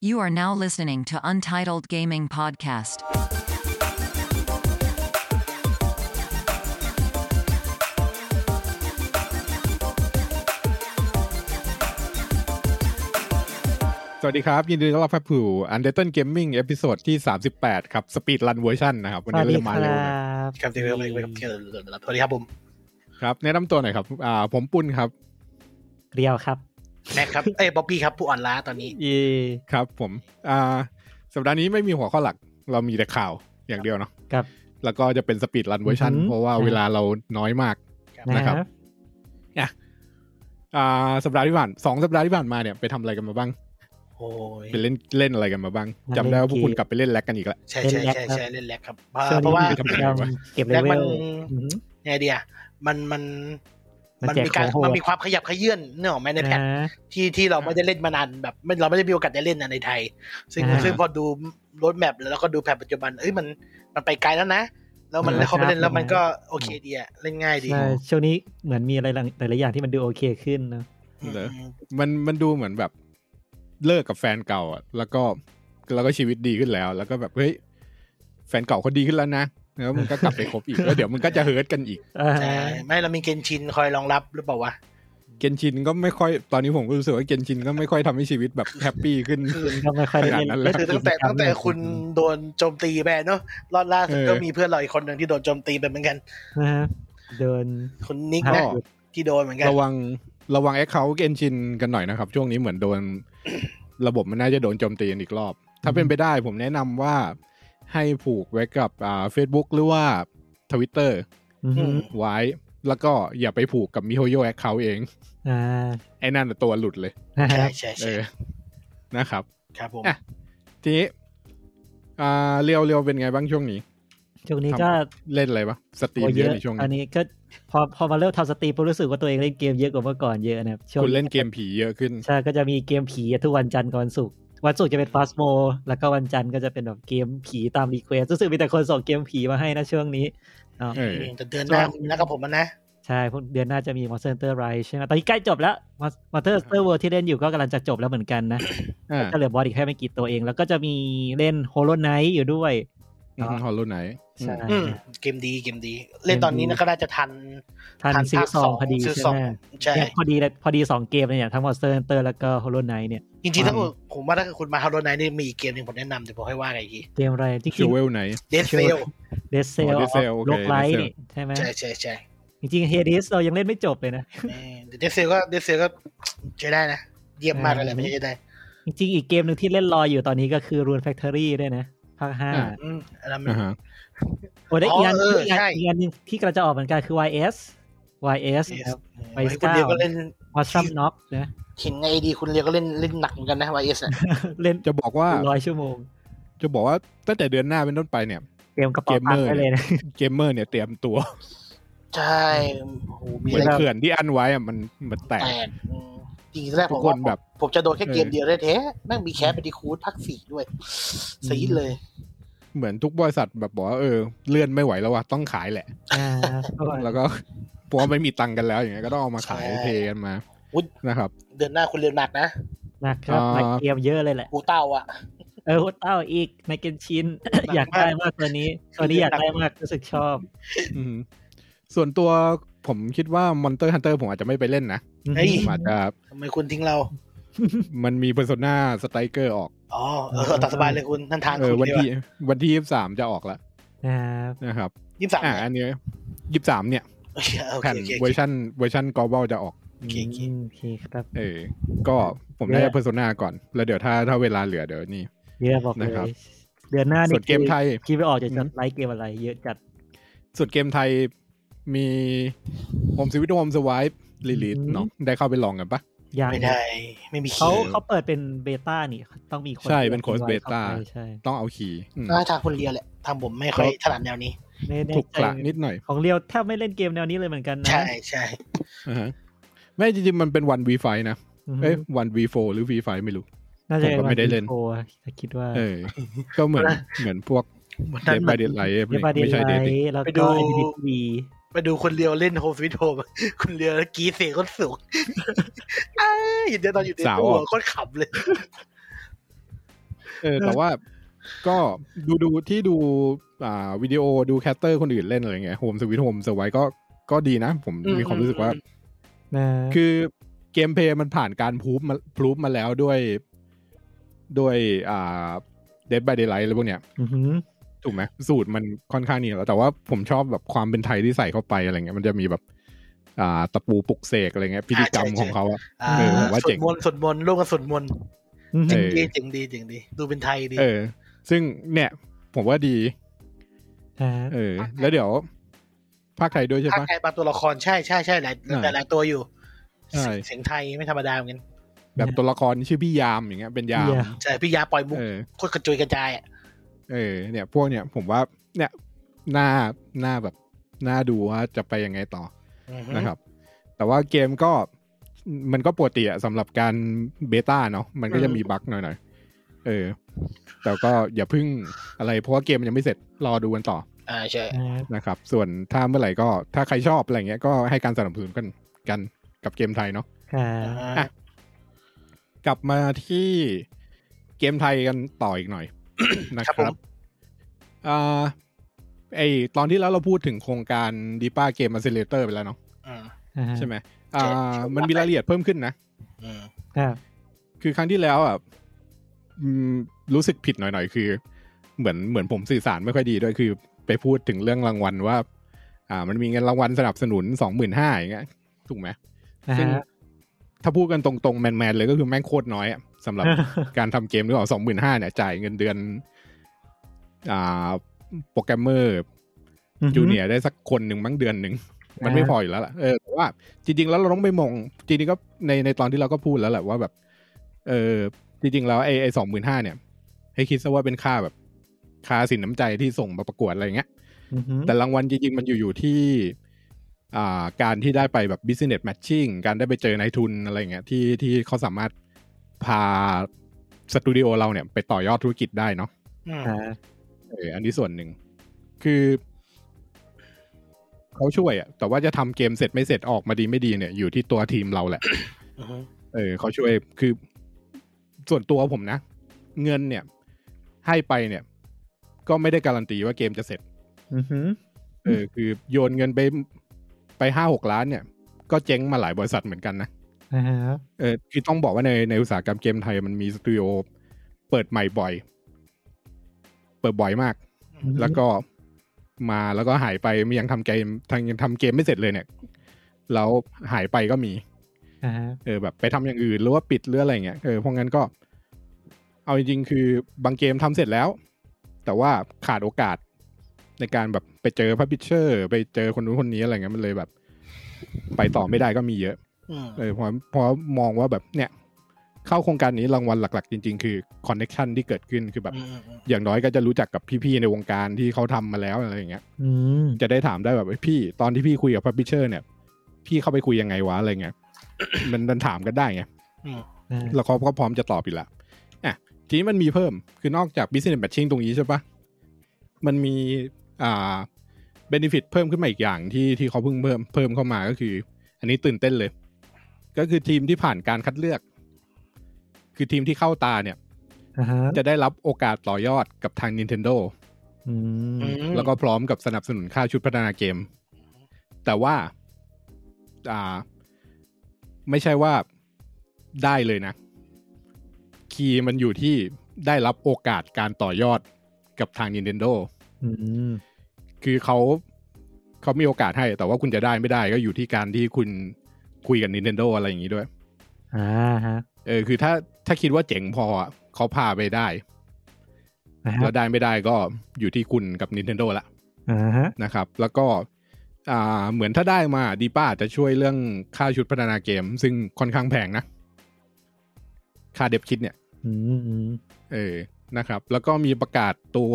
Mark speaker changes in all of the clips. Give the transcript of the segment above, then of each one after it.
Speaker 1: You are now listening to Untitled Gaming Podcast.
Speaker 2: สวัสดีครับ ยินดีต้อนรับเข้าสู่ Undertale Gaming เอพิโซดที่ 38 ครับ สปีดรันเวอร์ชันนะครับ วันนี้เราจะมาเร็วหน่อย
Speaker 3: บ
Speaker 4: ครับที่เวลไปเวลเที่ยวสวัสดีครับผม
Speaker 2: ครับแนะนำตัวหน่อยครับอ่าผมปุ้นครับ
Speaker 3: เรียวครับ
Speaker 4: แม็กครับเอ้ยบ๊อบบี้ครับผู้อ่อนล้าตอนนี้
Speaker 3: อี
Speaker 2: ครับผมอ่าสัปดาห์นี้ไม่มีหัวข้อหลักเรามีแต่ข่าวอย่างเดียวเนาะ
Speaker 3: กับ
Speaker 2: แล้วก็จะเป็นสปีดรันเวอร์ชัน
Speaker 3: อือหือ
Speaker 2: เพราะว่า
Speaker 3: ใช่
Speaker 2: เวลาเราน้อยมาก
Speaker 3: นะ
Speaker 2: นะค
Speaker 3: ค
Speaker 2: รั
Speaker 3: รับ บ
Speaker 2: อ่าสัปดาห์ที่ผ่านสองสัปดาห์ที่ผ่านมาเนี่ยไปทำอะไรกันมาบ้าง
Speaker 4: โอ้ย
Speaker 2: ไปเล่นเล่นอะไรกันมาบ้าง
Speaker 3: มาเล่
Speaker 2: จำ
Speaker 3: น
Speaker 2: ได้ว่าพวก
Speaker 3: เกม
Speaker 2: คุณกลับไปเล่นแล็กกันอีกแล้ว
Speaker 4: ใช่ใช่ใช่ใช่เล่นแล็กครับเพราะ
Speaker 3: ช่ง
Speaker 4: เพราะว่า
Speaker 3: นี้
Speaker 2: เพราะว่า
Speaker 3: เราเก็บเล
Speaker 4: แรก
Speaker 3: เว
Speaker 4: มัน
Speaker 3: ลอือหือ
Speaker 4: ไอเดียมันมัน
Speaker 3: มัน
Speaker 4: มัน
Speaker 3: แจก
Speaker 4: มีการ
Speaker 3: ของโหด
Speaker 4: มันมีความขยับขยื่นเนื่องไหมในแพท
Speaker 3: นะ
Speaker 4: ที่ที่เราไม่ได้เล่นมานานแบบไม่เราไม่ได้มีโอกาสได้เล่นนะในไทย ซึ่ง
Speaker 3: อ่า
Speaker 4: ซึ่งพอดูรถแมพแล้วก็ดูแพทปัจจุบันเอ้ยมันมันไปไกลแล้วนะ แล้วมัน
Speaker 3: อ่า
Speaker 4: เข้าไปเล่นแล้
Speaker 3: ค
Speaker 4: ว
Speaker 3: รับ
Speaker 4: มันก็โอเคดีอะเล่นง่ายดี
Speaker 3: ใช่ช่วงนี้เหมือนมีอะไรหลายหลายๆอย่างที่มันดูโอเคขึ้นเนอะ
Speaker 4: อืม
Speaker 2: เหรอ มันมันดูเหมือนแบบเลิกกับแฟนเก่าอะแล้วก็แล้วก็ชีวิตดีขึ้นแล้ว แล้วก็แบบเฮ้ยแฟนเก่าเขาดีขึ้นแล้วนะแล้วมันก็กลับไปคบอีก แล้วเดี๋ยวมันก็จะเฮิร์ตกันอีก
Speaker 3: อ่า
Speaker 4: ใช่ไม่เรามีเกนชินคอยรองรับหรือเปล่าวะ
Speaker 2: เกนชินก็ไม่ค่อยตอนนี้ผมก็รู้สึกว่าเกนชินก็ไม่ค่อยทำให้ชีวิตแบบแฮปปี้ขึ้น
Speaker 3: ก็ไม่ค่อยได้
Speaker 2: ขนาดนั้
Speaker 3: เล่น
Speaker 2: นเลย
Speaker 3: เล่น
Speaker 4: คือตั้งแต่
Speaker 3: กิจกรรม
Speaker 4: ตั้งแต่คุณโดนโจมตีไปเนอะรอดล่าสุด
Speaker 2: เออ
Speaker 4: ก็มีเพื่อนเราอีกคนหนึ่งที่โดนโจมตีไปเหมือนกัน
Speaker 3: นะฮะโดน
Speaker 4: คุณนิก
Speaker 3: ครั
Speaker 4: นะ
Speaker 3: บ
Speaker 4: ที่โดนเหมือนกัน
Speaker 2: ระวังระวังแอคเคาท์เกนชินกันหน่อยนะครับ ช่วงนี้เหมือนโดน ระบบมันน่าจะโดนโจมตีกันอีกรอบ ถ้าเป็นไปได้ผมแนะนำว่าให้ผูกไว้กับอ่า Facebook หรือว่า Twitter
Speaker 3: อือหือ
Speaker 2: ไว้ แล้วก็อย่าไปผูกกับมิโฮโยแอคเคาท์เอง
Speaker 3: อ่า
Speaker 2: ไอ้นั่นน่ะตัวหลุดเลย
Speaker 3: นะค
Speaker 4: ใช่
Speaker 3: รับ
Speaker 4: ใช่
Speaker 2: เอ
Speaker 4: ใช่
Speaker 2: อนะครับ
Speaker 4: ครับผม
Speaker 2: อ่ะ ทีนี้อ่าเรียวเรียวเป็นไงบ้างช่วงนี้
Speaker 3: ช่วงนี้ก็
Speaker 2: ทำเล่นอะไรปะสตรีม
Speaker 3: โอ้
Speaker 2: เยอะในช่วง
Speaker 3: อัน
Speaker 2: นี้
Speaker 3: นี้ก็พอพอมาเริ่มทำสตรีมผมรู้สึกว่าตัวเองเล่นเกมเยอะกว่าเมื่อก่อนเยอะนะครับช่วง
Speaker 2: คุณเล่นเกมผีเยอะขึ้น
Speaker 3: ใช่ก็จะมีเกมผีทุกวันจันทร์กับวันศุกร์วันศุกร์จะเป็นฟาสโมแล้วก็วันจันทร์ก็จะเป็นแบบเกมผีตามรีเควสรู้สึกมีแต่คนส่งเกมผีมาให้นะช่วงนี้เนาะ
Speaker 2: เออ
Speaker 4: แต่เดือนหน้าคุณแล้วกับผมนะ
Speaker 3: ใช่พวกเดือนหน้าจะมี Monster Hunter Rise ใช่ไหมตอนนี้ใกล้จบแล้ว Monster Hunter World ที่เล่นอยู่ก็กำลังจะจบแล้วเหมือนกันนะ
Speaker 2: อ่า
Speaker 3: ก็เหลือบอสอีกแค่ไม่กี่ตัวเอง แล้วก็จะมีเล่น Hollow Knight อยู่ด้วย
Speaker 2: ฮอลลูไหน
Speaker 3: ใช่
Speaker 4: อืมเกมดีเกมดี เล่นตอนนี้นะก็น่าจะทัน
Speaker 3: ทันซี
Speaker 4: ภาค
Speaker 3: ซองพอดี
Speaker 4: ซี
Speaker 3: ใช่
Speaker 4: สอง
Speaker 3: ไหม
Speaker 4: ใช่
Speaker 3: เนี่ยพอดีเลยพอดีสองเกมเลยเนี่ยทั้ง Monster Hunter แล้วก็ Hollow Knight เนี่ย
Speaker 4: จริงๆถ้าผมว่าถ้าคุณมาฮาร์โดไนนี่มีอีกเกมหนึ่งผมแนะนำเดี๋ยวผมให้ว่าไงอีกที
Speaker 3: เกมอะไรที่
Speaker 2: คิ
Speaker 3: คิ
Speaker 2: ว
Speaker 3: ว
Speaker 2: เวลไหน
Speaker 4: เดสเฟล
Speaker 3: เดซเซ
Speaker 2: อ๋
Speaker 3: ล
Speaker 2: อ Dead Cell โอเค
Speaker 3: ลกไลท์
Speaker 2: Dead Cell
Speaker 3: นี่ใช่ไหม
Speaker 4: ใช่ใช่ใช่
Speaker 3: จริงๆเฮดิสเรายังเล่นไม่จบเลยนะ
Speaker 4: เดสเฟลก็เดสเฟลก็ใช้ได้นะ เยี่ยมมากเลยแหละไม่ใช่ใช้ได้
Speaker 3: จริงๆอีกเกมหนึ่งที่เล่นรออยู่ตอนนี้ก็คือ Rune Factory ด้วยนะ ภาคห้า
Speaker 2: อ่า
Speaker 4: อืมอันนั้นมัน
Speaker 2: อ่าฮะ
Speaker 3: โอ้ได้อีกอัน
Speaker 4: อ๋อเออ
Speaker 3: อีกอัน
Speaker 4: ใช่
Speaker 3: อีกอันหนึงที่กำลังจะออกเหมือนกันคือ YS YS นะครับ
Speaker 4: ไว้คนเดียวก็เล่น
Speaker 3: Awesome Knock นะ
Speaker 4: เห็นไงดีคุณเรียก็เล่นเล่นหนักเหมือนกันนะวายเอสอ่ะ
Speaker 3: เล่น
Speaker 2: จะบอกว่า
Speaker 3: ร้อยชั่วโมง
Speaker 2: จะบอกว่าตั้งแต่เดือนหน้าเป็นต้นไปเนี่ย
Speaker 3: เกมกระเป๋าตังค์ได้เลยนะ
Speaker 2: เกมเมอร์เนี่ยเตรียมตัว
Speaker 4: ใช่โอ้โหมี
Speaker 2: เหมือ
Speaker 4: อะ
Speaker 2: น
Speaker 4: ไร
Speaker 2: เขื่อนที่อันไว้อะมันมันแตก
Speaker 4: แตกอืมจริงๆแรก
Speaker 2: ทุ
Speaker 4: ผ
Speaker 2: ก
Speaker 4: ม
Speaker 2: คน
Speaker 4: ว่า
Speaker 2: แบบ
Speaker 4: ผมจะโดนแค่เกมเดียวได้แท้แม่งมีแคสไปดีคูดพักสี่ด้วย
Speaker 3: อืม
Speaker 4: สีดเลย
Speaker 2: เหมือนทุกบริษัทแบบบอกว่าเออเลื่อนไม่ไหวแล้วว่ะต้องขายแหละ
Speaker 3: อ่า
Speaker 2: แล้วก็ เพราะว่าไม่มีตังค์กันแล้วอย่างเงี้ยก็ต้องเอามาขายเทกันมา
Speaker 4: อุ๊ย
Speaker 2: นะครับ
Speaker 4: เดือนหน้าคุณเรียนหนักนะ
Speaker 3: นะครับ
Speaker 2: อ่า
Speaker 3: หลายเกมเยอะเลยแหละ
Speaker 4: กูเต้าอ่ะ
Speaker 3: เออเต้าอีกในเกมชิน อยากได้มากตัวนี้ ตัวนี้อยากได้มากรู้สึกชอบ
Speaker 2: อืมส่วนตัวผมคิดว่า Monster Hunter ผมอาจจะไม่ไปเล่นนะ
Speaker 4: เฮ้ย
Speaker 2: ผมอาจจะ
Speaker 4: ทำไมคุณทิ้งเรา
Speaker 2: มันมี Persona Striker ออก
Speaker 4: อ๋อเออตัดสบายเลยคุณนั่นทาง
Speaker 2: เอ
Speaker 4: คุ
Speaker 2: อ
Speaker 4: ณ
Speaker 2: วัน
Speaker 4: ดี
Speaker 2: ที่
Speaker 4: ว่ะ
Speaker 2: วันที่ยี่สามจะออกแล้ว
Speaker 3: นะครับ
Speaker 2: นะครับ
Speaker 4: ยี่สิบสาม
Speaker 2: อ่ะอันเนี้ยี่สามเนี่ย
Speaker 4: โอเคโอเค
Speaker 2: แผ่น
Speaker 4: โอเค
Speaker 2: เวอร์ชันเวอร์ชัน global จะออก
Speaker 4: โอเคโอเค
Speaker 3: มโอเคครับ
Speaker 2: เออ ก็ผม
Speaker 3: เนี่
Speaker 2: น่าย จะเพอร์โซนาก่อน แล้วเดี๋ยวถ้าถ้าเวลาเหลือเดี๋ยวนี่
Speaker 3: เยอะบอกเล
Speaker 2: นะครับ
Speaker 3: ยเดือนหน้า
Speaker 2: ส่
Speaker 3: นี่
Speaker 2: วนเกมไทย
Speaker 3: คิดไม่ออกจะ
Speaker 2: อืม
Speaker 3: ไลฟ์เกมอะไร เยอะจัด
Speaker 2: ส่วนเกมไทยมีโฮมสวิตโฮมสวายลิลิท
Speaker 3: อืม
Speaker 2: เนาะได้เข้าไปลองกันปะ
Speaker 3: ยัง
Speaker 4: ไม่ได้ ไม่มี
Speaker 3: เขา
Speaker 4: คีย์
Speaker 3: เขาเปิดเป็นเบต้านี่ต้องมีคน
Speaker 2: ใช่เป็นโค้ด
Speaker 3: ที่ไว้
Speaker 2: เบต้า
Speaker 3: ข้ไปใช่
Speaker 2: ต้องเอาคีย์อืม
Speaker 4: น่าทางคุณเรียแหละทางผมไม่ค่อย
Speaker 2: ครับ
Speaker 4: ถนัดแนวนี้
Speaker 3: ไม่แน่
Speaker 2: ถูก
Speaker 3: ใจ
Speaker 2: กละนิดหน่อย
Speaker 3: ของเรียวแทบไม่เล่นเกมแนวนี้เลยเหมือนกันนะ
Speaker 4: ใช่ใช่
Speaker 2: อ่าฮะไม่จริงๆ มันเป็นวัน V5 นะ
Speaker 3: อือฮึ
Speaker 2: เอ้ยวัน V4 หรือ V5 ไม่รู้
Speaker 3: น่าจะ
Speaker 2: ผมก็ไม่ได้เล่น
Speaker 3: โอ้คิดว่า
Speaker 2: เออ ก็เหมือนเหมือนพวก
Speaker 4: วัน
Speaker 2: เด
Speaker 4: นั้น
Speaker 2: ท
Speaker 4: แบ
Speaker 2: ไป
Speaker 4: บ
Speaker 2: เดทไลท์
Speaker 3: เดบาร์เดน
Speaker 2: ไม่ใช่
Speaker 3: ไล
Speaker 2: เดท
Speaker 3: ท์แล้ว
Speaker 4: ไปดู
Speaker 3: ก็เอ็นดีที
Speaker 4: ไปดูคนเรียวเล่นโฮมสวิตโฮม คุณเรียวกรีดเสียงโคน สูงอ้ายอยู่เดียวตอนอยู่ในตู้อะโคตรขำเลย
Speaker 2: เออแต่ว่าก็ดูดูที่ดูอ่าวิดีโอดูแคสเตอร์คนอื่นเล่นอะไรเงี้ยโฮมสวิตโฮมสวายก็ก็ดีนะ ผม
Speaker 4: อืม
Speaker 2: มีความรู้สึกว่า
Speaker 3: นะ
Speaker 2: คือเกมเพลย์มันผ่านการพรูฟมาพรูฟมาแล้วด้วยด้วยอ่าเดดบายเด y ไลท์อะไรพวกเนี้ย
Speaker 3: อหือ
Speaker 2: ถูกไหมสูตรมันค่อนข้างนี่แล้วแต่ว่าผมชอบแบบความเป็นไทยที่ใส่เข้าไปอะไรเงี้ยมันจะมีแบบ อ่าตะปูปลุกเสกอะไรเงี้ยพิธีกรรมของเขาอะ
Speaker 4: อ่า
Speaker 3: เออผม
Speaker 2: ว่า
Speaker 4: ส
Speaker 2: เจ๋
Speaker 4: วด
Speaker 2: ง
Speaker 4: มนต์สวดมนต์ร่วมกันสวดมนต์
Speaker 3: อือหือง
Speaker 4: เจ๋ดีเจ๋งดีเจ๋งดี ดูเป็นไทยดี
Speaker 2: เออ ซึ่งเนี่ย ผมว่าดี
Speaker 3: อ่า
Speaker 2: เออ แล้วเดี๋ยวภาคไทยด้วยใช่
Speaker 4: ภาค
Speaker 2: ปะ
Speaker 4: ไทยบางตัวละครใช่ใช่ใช่หลาย
Speaker 2: อ่า
Speaker 4: หลายหลายตัวอยู่
Speaker 2: ใช่
Speaker 4: เสียงไทยไม่ธรรมดาเหมือนกัน
Speaker 2: แบบตัวละครชื่อพี่ยามอย่างเงี้ยเป็นยาม
Speaker 3: เหี้ย
Speaker 4: ใช่พี่ยาปล่อยมุก
Speaker 2: เออ
Speaker 4: โคตรกระจุยกระจายอะ
Speaker 2: เออ เนี่ยพวกเนี่ยผมว่าเนี่ยหน้าหน้าแบบหน้าดูว่าจะไปยังไงต่อ
Speaker 4: อือฮึ
Speaker 2: นะครับ แต่ว่าเกมก็มันก็ปกติอะสำหรับการเบต้าเนาะมันก็จะ
Speaker 4: อืม
Speaker 2: มีบั๊กหน่อยๆเออ แต่ก็อย่าเพึ่งอะไรเพราะว่าเกมมันยังไม่เสร็จรอดูกันต่อ
Speaker 4: อ่าใช่
Speaker 3: อ่า
Speaker 2: นะครับ ส่วนถ้าเมื่อไหร่ก็ถ้าใครชอบอะไรเงี้ยก็ให้การสนับสนุนกันกันกับเกมไทยเนาะ
Speaker 3: อ่า
Speaker 2: อ่ะ กลับมาที่เกมไทยกันต่ออีก หน่อย นะค
Speaker 4: ค
Speaker 2: รั
Speaker 4: รับบ ผม
Speaker 2: อ่าไอตอนที่แล้วเราพูดถึงโครงการดีป้าเกมมาเซเลเตอร์ไปแล้วเนาะ
Speaker 4: อืม
Speaker 3: อ่า
Speaker 2: ใช่ไหมอ่า
Speaker 4: ใช่ใช่
Speaker 2: มันมีรายละเอียดเพิ่มขึ้นนะ
Speaker 4: อืม
Speaker 3: ครับ
Speaker 2: คือครั้งที่แล้วอ่ะอืมรู้สึกผิดหน่อยๆ คือ เหมือนเหมือนผมสื่อสารไม่ค่อยดีด้วยคือ ไปพูดถึงเรื่องรางวัลว่า อ่า มันมีเงินรางวัลสนับสนุนสองหมื่นห้าอย่างเงี้ยถูกไหม
Speaker 3: อ่าฮะ
Speaker 2: ซึ่งถ้าพูดกันตรงๆ แมนๆเลยก็คือแม่งโคตรน้อยอะสำหรับ การทำเกมหรือเปล่าสองหมื่นห้าเนี่ยจ่ายเงินเดือน อ่าโปรแกรมเมอร์
Speaker 3: อือหือ
Speaker 2: จูเนียร์ได้สักคนหนึ่งมั้งเดือนหนึ่ง มันไม่พออยู่แล้วล่ะเออแต่ว่าจริง ๆ แล้วเราต้องไปมองจริงๆก็ในในตอนที่เราก็พูดแล้วแหละว่าแบบ เออจริง ๆ แล้วไอ้ไอ้สองหมื่นห้าเนี่ย ให้คิดซะว่าเป็นค่าแบบ ค่าสินน้ำใจที่ส่งมาประกวดอะไรอย่างเงี้ย
Speaker 3: อือหือ
Speaker 2: แต่รางวัลจริง ๆ มันอยู่อยู่ที่ อ่า การที่ได้ไปแบบ business matching การได้ไปเจอนายทุนอะไรอย่างเงี้ยที่ที่เขาสามารถพาสตูดิโอเราเนี่ยไปต่อยอดธุรกิจได้เนาะ
Speaker 4: อืม
Speaker 3: อ่า
Speaker 2: เอออันนี้ส่วนหนึ่ง คือ เขาช่วยอะแต่ว่าจะทำเกมเสร็จไม่เสร็จออกมาดีไม่ดีเนี่ย อยู่ที่ตัวทีมเราแหละ
Speaker 4: อือฮึ
Speaker 2: เออเขาช่วยคือส่วนตัวผมนะ เงินเนี่ย ให้ไปเนี่ย ก็ไม่ได้การันตีว่าเกมจะเสร็จ
Speaker 3: อือหือ
Speaker 2: เออคือโยนเงินไปไปห้าหกล้านเนี่ย ก็เจ๊งมาหลายบริษัทเหมือนกันนะ
Speaker 3: อ่าฮะ
Speaker 2: เออคือต้องบอกว่าในในอุตสาหกรรมเกมไทยมันมีสตูดิโอเปิดใหม่บ่อย เปิดบ่อยมาก
Speaker 3: อือหือ
Speaker 2: แล้วก็มาแล้วก็หายไปมันยังทำเกมทางยังทำเกมไม่เสร็จเลยเนี่ยแล้วหายไปก็มี
Speaker 3: อ่าฮะ
Speaker 2: เออแบบไปทำอย่างอื่นหรือว่าปิดหรืออะไรเงี้ยเออเพราะงั้นก็ เอาจริงๆคือบางเกมทำเสร็จแล้ว แต่ว่าขาดโอกาสในการแบบไปเจอพับพิเชอร์ไปเจอคนนู้นคนนี้อะไรเงี้ยมันเลยแบบ ไปต่อไม่ได้ก็มีเยอะ
Speaker 4: อืม
Speaker 2: เออเพราะเพราะมองว่าแบบเนี่ย เข้าโครงการนี้รางวัลหลัก ๆ จริง ๆ คือคอนเน็ชันที่เกิดขึ้นคือแบบ
Speaker 4: อืมอืมอืม
Speaker 2: อย่างน้อยก็จะรู้จักกับพี่ๆในวงการที่เขาทำมาแล้วอะไรอย่างเงี้ย
Speaker 3: อืม
Speaker 2: จะได้ถามได้แบบเอ้ยพี่ตอนที่พี่คุยกับพับพิเชอร์เนี่ย พี่เข้าไปคุยยังไงวะอะไรเงี้ย มันมันถามกันได้ไง
Speaker 4: อืม
Speaker 3: อ่า
Speaker 2: แล้วเขาก็พร้อมจะตอบอยู่แล้วอ่ะ ทีนี้มันมีเพิ่ม คือนอกจาก business matching ตรงนี้ใช่ปะมันมี อ่า benefit เพิ่มขึ้นมาอีกอย่างที่ที่เขาเพิ่งเพิ่มเพิ่มเข้ามาก็คือ อันนี้ตื่นเต้นเลย ก็คือทีมที่ผ่านการคัดเลือก คือทีมที่เข้าตาเนี่ย
Speaker 3: อ่าฮะ
Speaker 2: จะได้รับโอกาสต่อยอดกับทาง Nintendo
Speaker 3: อืม
Speaker 4: อืม
Speaker 2: แล้วก็พร้อมกับสนับสนุนค่าชุดพัฒนาเกม แต่ว่า อ่า ไม่ใช่ว่าได้เลยนะ คีย์มันอยู่ที่ได้รับโอกาสการต่อยอดกับทาง Nintendo
Speaker 3: อืม
Speaker 2: คือเขาเขามีโอกาสให้ แต่ว่าคุณจะได้ไม่ได้ก็อยู่ที่การที่คุณคุยกับ Nintendo อะไรอย่างนี้ด้วย
Speaker 3: อ่าฮะ
Speaker 2: เออ คือถ้าถ้าคิดว่าเจ๋งพออะเขาพาไปได้
Speaker 3: อ่า
Speaker 2: แล้
Speaker 3: ฮะ
Speaker 2: วได้ไม่ได้ก็อยู่ที่คุณกับ Nintendo ละ
Speaker 3: อ่าฮะ
Speaker 2: นะครับแล้วก็อ่าเหมือนถ้าได้มาดีป้าอาจจะช่วยเรื่องค่าชุดพัฒนาเกม ซึ่งค่อนข้างแพงนะ ค่าเด็บคิดเนี่ย
Speaker 3: อืมอืม
Speaker 2: เออนะครับ แล้วก็มีประกาศตัว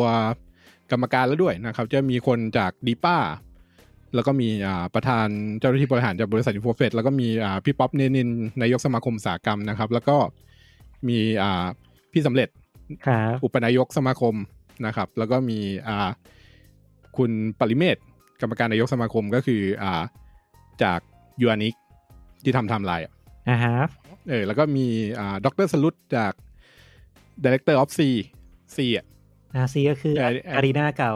Speaker 2: กรรมการแล้วด้วยนะครับ จะมีคนจากดีป้า แล้วก็มีอ่าประธานเจ้าหน้าที่บริหารจากบริษัทอินโฟเฟสแล้วก็มีอ่าพี่ป๊อปเนนินนายกสมาคมอุตสาหกรรมนะครับ แล้วก็มีอ่าพี่สำเร็จ
Speaker 3: ครับ
Speaker 2: อุปนายกสมาคมนะครับ แล้วก็มีอ่าคุณปริเมศกรรมการนายกสมาคมก็คืออ่าจากยูนิกที่ทำไทำลาย
Speaker 3: อ่าฮะ
Speaker 2: เออแล้วก็มีอ่าดรสลุตจาก Director of C C อ่ะ
Speaker 3: นาซีก็คือ
Speaker 2: ไอ้ไอ้
Speaker 3: อารีนาเก่า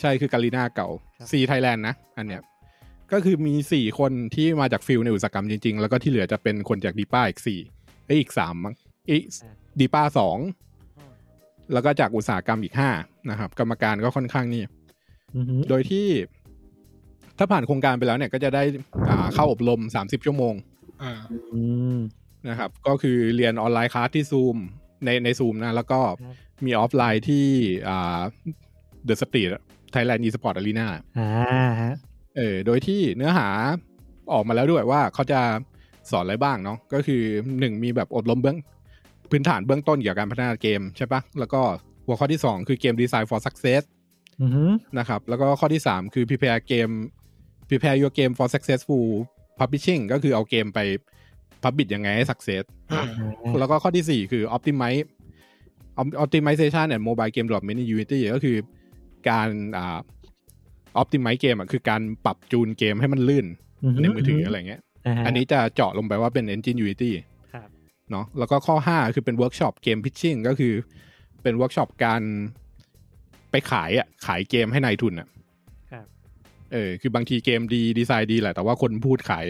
Speaker 2: ใช่คือการีนาเก่า
Speaker 5: ครับ
Speaker 2: C Thailand นะ อันเนี้ยก็คือมีสี่คนที่มาจากฟิลในอุตสาหกรรมจริง ๆ แล้วก็ที่เหลือจะเป็นคนจากดีป้าอีกสี่เอ้ยอีกสามมั้งอีก
Speaker 3: อ่า
Speaker 2: ดีป้าสองแล้วก็จากอุตสาหกรรมอีกห้านะครับ กรรมการก็ค่อนข้างนี่
Speaker 3: อือหือ
Speaker 2: โดยที่ถ้าผ่านโครงการไปแล้วเนี่ยก็จะได้อ่าเข้าอบรม 30 ชั่วโมง
Speaker 4: อ่า
Speaker 3: อืม
Speaker 2: นะครับ ก็คือเรียนออนไลน์คลาสที่ซูมในในซูมนะ แล้วก็
Speaker 3: ครับ
Speaker 2: มีออฟไลน์ที่อ่าเดอะสตรีทไทยแลนด์อีสปอร์ตอารีนา
Speaker 3: อ่าฮะ
Speaker 2: เออโดยที่เนื้อหาออกมาแล้วด้วยว่าเขาจะสอนอะไรบ้างเนาะก็คือหนึ่งมีแบบอบรมเบื้องพื้นฐานเบื้องต้นเกี่ยวกับการพัฒนาเกมใช่ปะแล้วก็หัวข้อที่สองคือเกมดีไซน์ for success
Speaker 3: อือหือ
Speaker 2: นะครับแล้วก็ข้อที่ 3 คือ prepare game prepare your game for successful publishing ก็คือเอาเกมไป publish ยังไงให้ success
Speaker 4: อืม
Speaker 2: แล้วก็ข้อที่ 4 คือ optimize op- optimization and mobile game development in Unity ก็คือการอ่า optimize เกมอ่ะคือการปรับจูนเกมให้มันลื่นในมือถืออะไรเงี้ย
Speaker 3: าฮะ
Speaker 2: อันนี้จะเจาะลงไปว่าเป็น engine Unity
Speaker 3: ครับ
Speaker 2: เนาะแล้วก็ข้อ 5 คือเป็นเวิร์กช็อปเกมพิชชิ่งก็คือเป็นเวิร์กช็อปการไปขายอ่ะขายเกมให้นายทุนอ่ะ
Speaker 3: ครับ
Speaker 2: เออคือบางทีเกมดีดีไซน์ดีแหละ แต่ว่าคนพูดขาย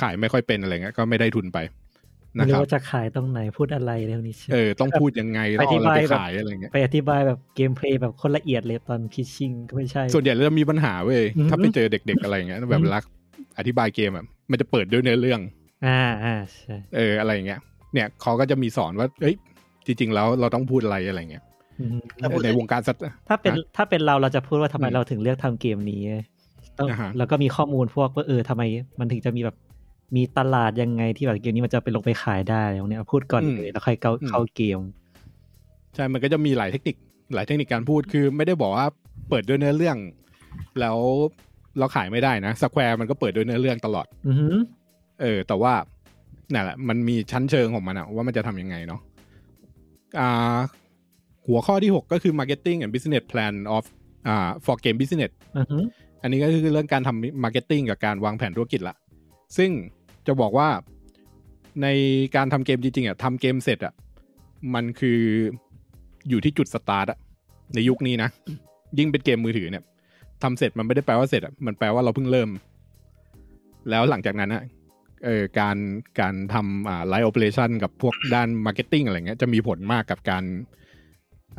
Speaker 2: ขายไม่ค่อยเป็นอะไรเงี้ยก็ไม่ได้ทุนไป
Speaker 3: ไม่
Speaker 2: นะค
Speaker 3: รู้
Speaker 2: รับ
Speaker 3: ว่าจะขายตรงไหนพูดอะไรเรื่องนี้ใช่ไหม
Speaker 2: เออต้องพูดยังไง
Speaker 3: อ
Speaker 2: ต้อง
Speaker 3: ธิ
Speaker 2: เอาอะไร
Speaker 3: บาย
Speaker 2: ไป
Speaker 3: แบบ
Speaker 2: ขายอะไรเงี้ย
Speaker 3: ไปอธิบายแบบเกมเพลย์แบบคนละเอียดเลยตอนพิชชิ่งก็ไม่ใช่
Speaker 2: ส่วนใหญ่เราจะมีปัญหาเว้ย
Speaker 3: อือฮึ
Speaker 2: ถ้าไปเจอเด็ก ๆอะไรเงี้ยแบบ
Speaker 3: อือฮึ
Speaker 2: รักอธิบายเกมอ่ะมันจะเปิดด้วยเนื้อเรื่อง
Speaker 3: อ่าอ่าใช่
Speaker 2: เอออะไรเงี้ยเนี่ยเขาก็จะมีสอนว่าเอ้ยจริง ๆ แล้วเราต้องพูดอะไรอะไรเงี้ย
Speaker 3: อือหือ
Speaker 2: เออในวงการสัต
Speaker 3: ถ้าเป็นถ้าเป็นเราเราจะพูดว่าทำไม
Speaker 2: อืม
Speaker 3: เราถึงเลือกทำเกมนี้ต้อง
Speaker 2: อ่าฮะ
Speaker 3: แล้วก็มีข้อมูลพวกว่าเออทำไมมันถึงจะมีแบบมีตลาดยังไงที่แบบเกมนี้มันจะไปลงไปขายได้ตรงเนี้ยพูดก่อนเลยแล้วค่อยเข้าเข้าเกม
Speaker 2: ใช่ มันก็จะมีหลายเทคนิค หลายเทคนิคการพูด คือไม่ได้บอกว่าเปิดด้วยเนื้อเรื่อง แล้วเราขายไม่ได้นะสแควร์มันก็เปิดด้วยเนื้อเรื่องตลอด
Speaker 3: อือหือ
Speaker 2: เออ แต่ว่านั่นแหละ มันมีชั้นเชิงของมันอะว่ามันจะทำยังไงเนาะ อ่า หัวข้อที่ 6 ก็คือ marketing and business plan of อ่า for game business
Speaker 3: อือหือ
Speaker 2: อันนี้ก็คือเรื่องการทำมาร์เก็ตติ้งกับการวางแผนธุรกิจละ ซึ่งจะบอกว่าในการทำเกมจริงๆอ่ะทำเกมเสร็จอ่ะมันคืออยู่ที่จุดสตาร์ทอ่ะในยุคนี้นะ ยิ่งเป็นเกมมือถือเนี่ยทำเสร็จมันไม่ได้แปลว่าเสร็จอ่ะมันแปลว่าเราเพิ่งเริ่ม แล้วหลังจากนั้นอ่ะเออการการทำอ่าไลฟ์โอเปอเรชันกับพวก ด้านมาร์เก็ตติ้งอะไรเงี้ยจะมีผลมากกับการ